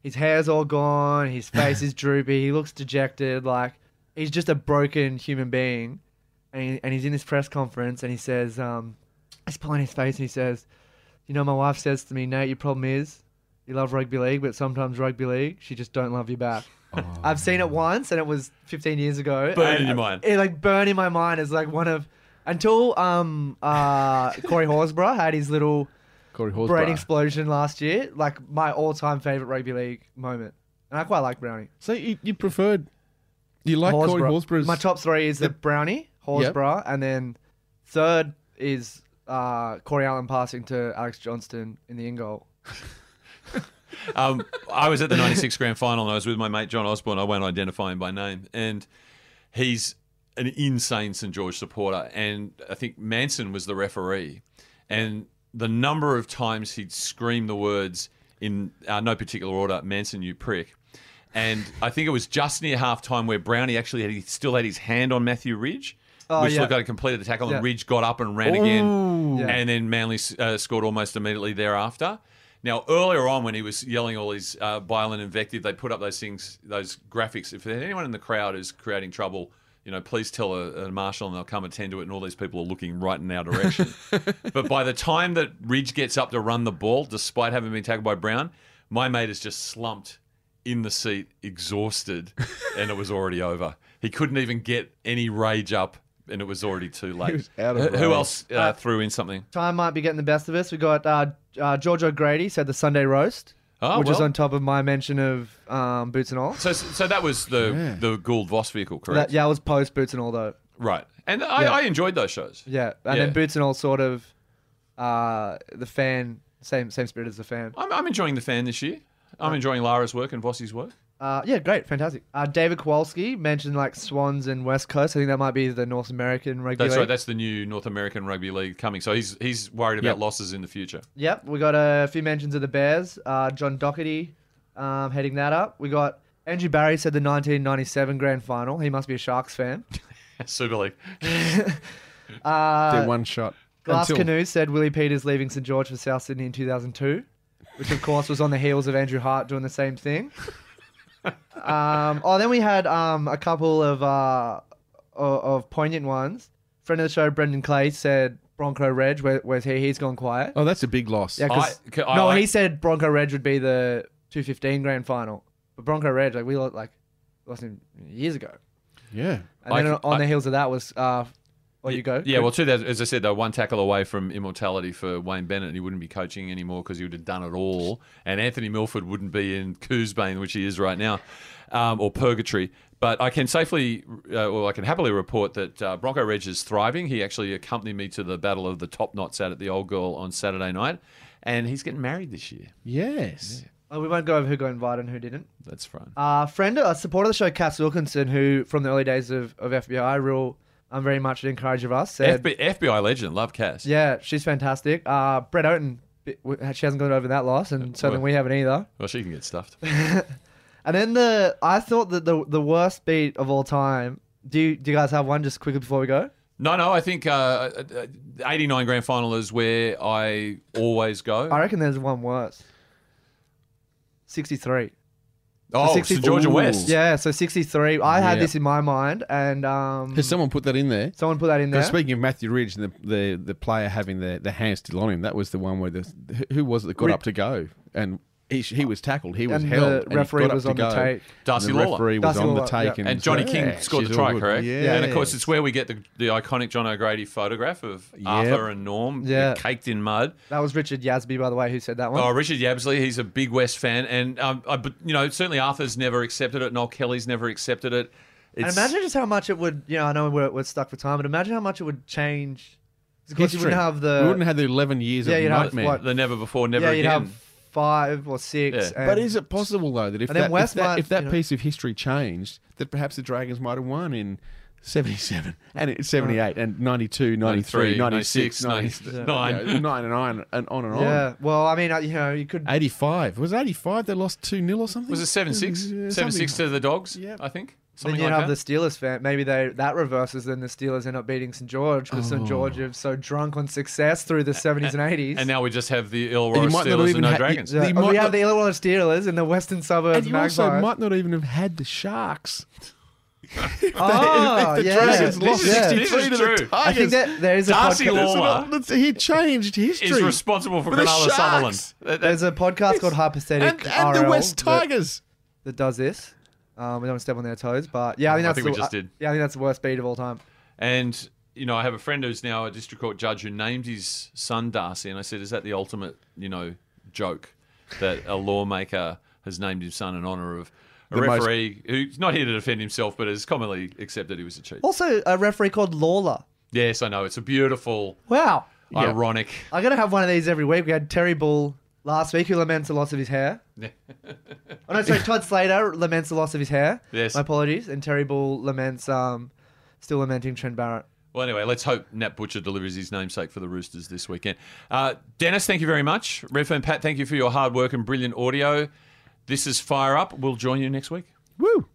O: His hair's all gone, his face is droopy, he looks dejected, like he's just a broken human being. And, he, and he's in this press conference, and he says, um, he's pulling his face, and he says, you know, my wife says to me, Nate, your problem is you love rugby league, but sometimes rugby league, she just don't love you back. I've seen it once, and it was 15 years ago.
D: Burn
O: and
D: in Oh, your mind.
O: It like burned in my mind as like one of until um uh Corey Horsburgh had his little
E: Corey
O: brain
E: Horsburgh.
O: explosion last year, like my all-time favorite rugby league moment, and I quite like Brownie.
E: So you, you preferred, you like Corey Horsburgh's
O: My top three is the, Brownie Horsburgh, and then third is uh Corey Allen passing to Alex Johnston in the in goal.
D: um, I was at the 96 grand final and I was with my mate John Osborne. I won't identify him by name. And he's an insane St. George supporter. And I think Manson was the referee. And the number of times he'd scream the words in uh, no particular order Manson, you prick. And I think it was just near half time where Brownie actually had, he still had his hand on Matthew Ridge.
O: Oh,
D: which
O: yeah.
D: looked like a completed tackle,
O: Yeah.
D: and Ridge got up and ran
O: Ooh.
D: again,
O: Yeah.
D: and then Manly uh, scored almost immediately thereafter. Now, earlier on, when he was yelling all his uh, violent invective, they put up those things, those graphics. If there's anyone in the crowd is creating trouble, you know, please tell a, a marshal and they'll come attend to it. And all these people are looking right in our direction. but by the time that Ridge gets up to run the ball, despite having been tackled by Brown, my mate is just slumped in the seat, exhausted, and it was already over. He couldn't even get any rage up, and it was already too late.
E: was out of
D: Who- Who
E: rage.
D: else uh,
E: Uh,
D: threw in something?
O: Time might be getting the best of us. We got uh, uh, George O'Grady said the Sunday roast,
D: Oh,
O: which is
D: well.
O: on top of my mention of um, boots and all.
D: So, so that was the
O: Yeah.
D: the Gould Voss vehicle, correct?
O: That, yeah, it was post boots and all though.
D: Right, and I,
O: Yeah.
D: I enjoyed those shows.
O: Yeah, and
D: Yeah.
O: then boots and all sort of uh, the fan Same same spirit as the fan.
D: I'm, I'm enjoying the fan this year. I'm enjoying Lara's work and Vossi's work.
O: Uh, yeah, great, fantastic. Uh, David Kowalski mentioned like Swans and West Coast. I think that might be the North American rugby.
D: That's
O: league.
D: right. That's the new North American Rugby League coming. So he's he's worried about
O: Yep.
D: losses in the future.
O: Yep, we got a few mentions of the Bears. Uh, John Doherty um, heading that up. We got Andrew Barry said the 1997 grand final. He must be a Sharks fan.
D: Super League.
O: Uh,
E: Their one shot.
O: Glass
E: Until-
O: Canoe said Willie Peters leaving St George for South Sydney in 2002, which of course was on the heels of Andrew Hart doing the same thing. Um, oh, then we had um, a couple of, uh, of of poignant ones. Friend of the show, Brendan Clay said Bronco Reg. Where, where's he? He's gone quiet.
E: Oh, that's a big loss.
O: Yeah, 'cause-
D: I- 'cause I
O: no,
D: like-
O: he said Bronco Reg would be the 215 grand final, but Bronco Reg, like we lost, like lost him years ago.
E: Yeah.
O: And
D: I
O: then
D: c-
O: on
D: I-
O: the heels of that was, uh, oh, you go.
D: Yeah, well, two thousand. As I said, they're one tackle away from immortality for Wayne Bennett. and He wouldn't be coaching anymore because he would have done it all, and Anthony Milford wouldn't be in Coosbane, which he is right now, um, or purgatory. But I can safely, uh, well, I can happily report that uh, Bronco Reg is thriving. He actually accompanied me to the Battle of the Top Knots out at the Old Girl on Saturday night, and he's getting married this year.
E: Yes.
O: Oh, we won't go over who got invited and who didn't.
D: That's fun.
O: Uh, friend, a supporter of the show, Cass Wilkinson, who from the early days of, of FBI rule, I'm um, very much an encourager of us. Said,
D: FB, FBI legend, love Cass.
O: yeah, she's fantastic. Uh, Brett Oten, bi- w- she hasn't gone over that loss, and so then we haven't either.
D: Well, she can get stuffed.
O: And then the, I thought that the the worst beat of all time. Do you, do you guys have one just quickly before we go?
D: No, no, I think uh, uh, the 89 grand final is where I always go.
O: I reckon there's one worse. Sixty-three.
D: Oh, St. George and West.
O: Yeah, so sixty-three. I had
E: Yeah.
O: this in my mind, and um,
E: Has someone put that in there?
O: Someone put that in there.
E: Because speaking of Matthew Ridge and the, the, the player having the, the hand still on him, that was the one where the who was it that got
O: Rip-
E: up to go and he, he was tackled, he was
O: And the
E: held, and he
O: referee
E: got up
O: was
E: to
O: on the
E: go,
O: take.
D: Darcy
E: and the
D: Lawler.
E: referee was
D: Darcy
E: on the
D: Lawler, yeah.
E: take,
D: And Johnny
E: so,
D: King
E: yeah,
D: scored the
E: she's
D: try,
E: all good.
D: correct?
E: Yeah,
D: And of course, it's where we get the, the iconic John O'Grady photograph of Arthur and Norm
O: Yeah.
D: caked in mud.
O: That was Richard Yasby, by the way, who said that one.
D: Oh, Richard Yabsley, he's a big West fan, and um, I, but, you know, certainly Arthur's never accepted it. Noel Kelly's never accepted it.
O: and imagine just how much it would, you know, I know we're, we're stuck for time, but imagine how much it would change. Because you
E: History.
O: wouldn't have the.
E: we wouldn't have the eleven years
O: Yeah,
E: of
O: you'd have,
E: nightmare.
O: what,
D: the never before, never
O: yeah,
D: again.
O: you'd have five or six. And,
E: but is it possible though that if
O: and then
E: that,
O: West
E: if that,
O: might,
E: if that
O: you know-
E: piece of history changed, that perhaps the Dragons might have won in '77 and in '78 and '92, '93,
D: 96,
E: '96, '99,
D: 99.
E: and on and on.
O: Yeah. Well, I mean, I- you know, you could.
E: 85 was 85. They lost two 0 or something.
D: Was it 7 6?
E: Yeah,
D: 7 6
E: something.
D: to the Dogs, yeah. I think. Something
O: then
D: like
O: you'd have
D: that.
O: the Steelers fan. Maybe they that reverses. Then the Steelers end up beating St George because
E: Oh.
O: St George is so drunk on success through the seventies and eighties.
D: And now we just have the
E: And
D: Illawarra
E: you might not
D: Steelers and
E: even
D: no
E: ha- you-
D: Dragons.
E: you might
O: we Oh, have
E: not-
O: the Illawarra Steelers and the Western Suburbs
E: And you
O: Magpies.
E: also might not even have had the Sharks.
O: oh,
E: if the
O: yeah.
E: Dragons lost
O: Yeah.
E: 63 to the Tigers.
O: I think that there is a
E: Darcy
O: podcast.
E: Lawler That's- he changed history.
D: is responsible for
E: For the
D: Cronulla Sutherland.
E: Sharks.
O: There's a podcast called Hypothetic
E: And- and the
O: RL
E: West
O: that-
E: Tigers. Oh,
O: that, does this. Um, we don't step on their toes, but yeah, I think
D: I
O: that's
D: think
O: the,
D: we just did.
O: Yeah, I think that's the worst beat of all time.
D: And you know, I have a friend who's now a district court judge who named his son Darcy, and I said, "Is that the ultimate, you know, joke that a lawmaker has named his son in honor of a
E: The most-
D: referee who's not here to defend himself, but is commonly accepted he was a cheat?"
O: Also, a referee called Lawler.
D: Yes, I know it's a beautiful,
O: Wow,
D: ironic.
O: I gotta have one of these every week. We had Terry Bull last week, who laments the loss of his hair. Oh no, sorry, Todd Slater laments the loss of his hair.
D: Yes.
O: my apologies. And Terry Bull laments, um, still lamenting Trent Barrett.
D: Well, anyway, let's hope Nat Butcher delivers his namesake for the Roosters this weekend. Uh, Dennis, thank you very much. Redfern Pat, thank you for your hard work and brilliant audio. This is Fire Up. We'll join you next week.
E: Woo!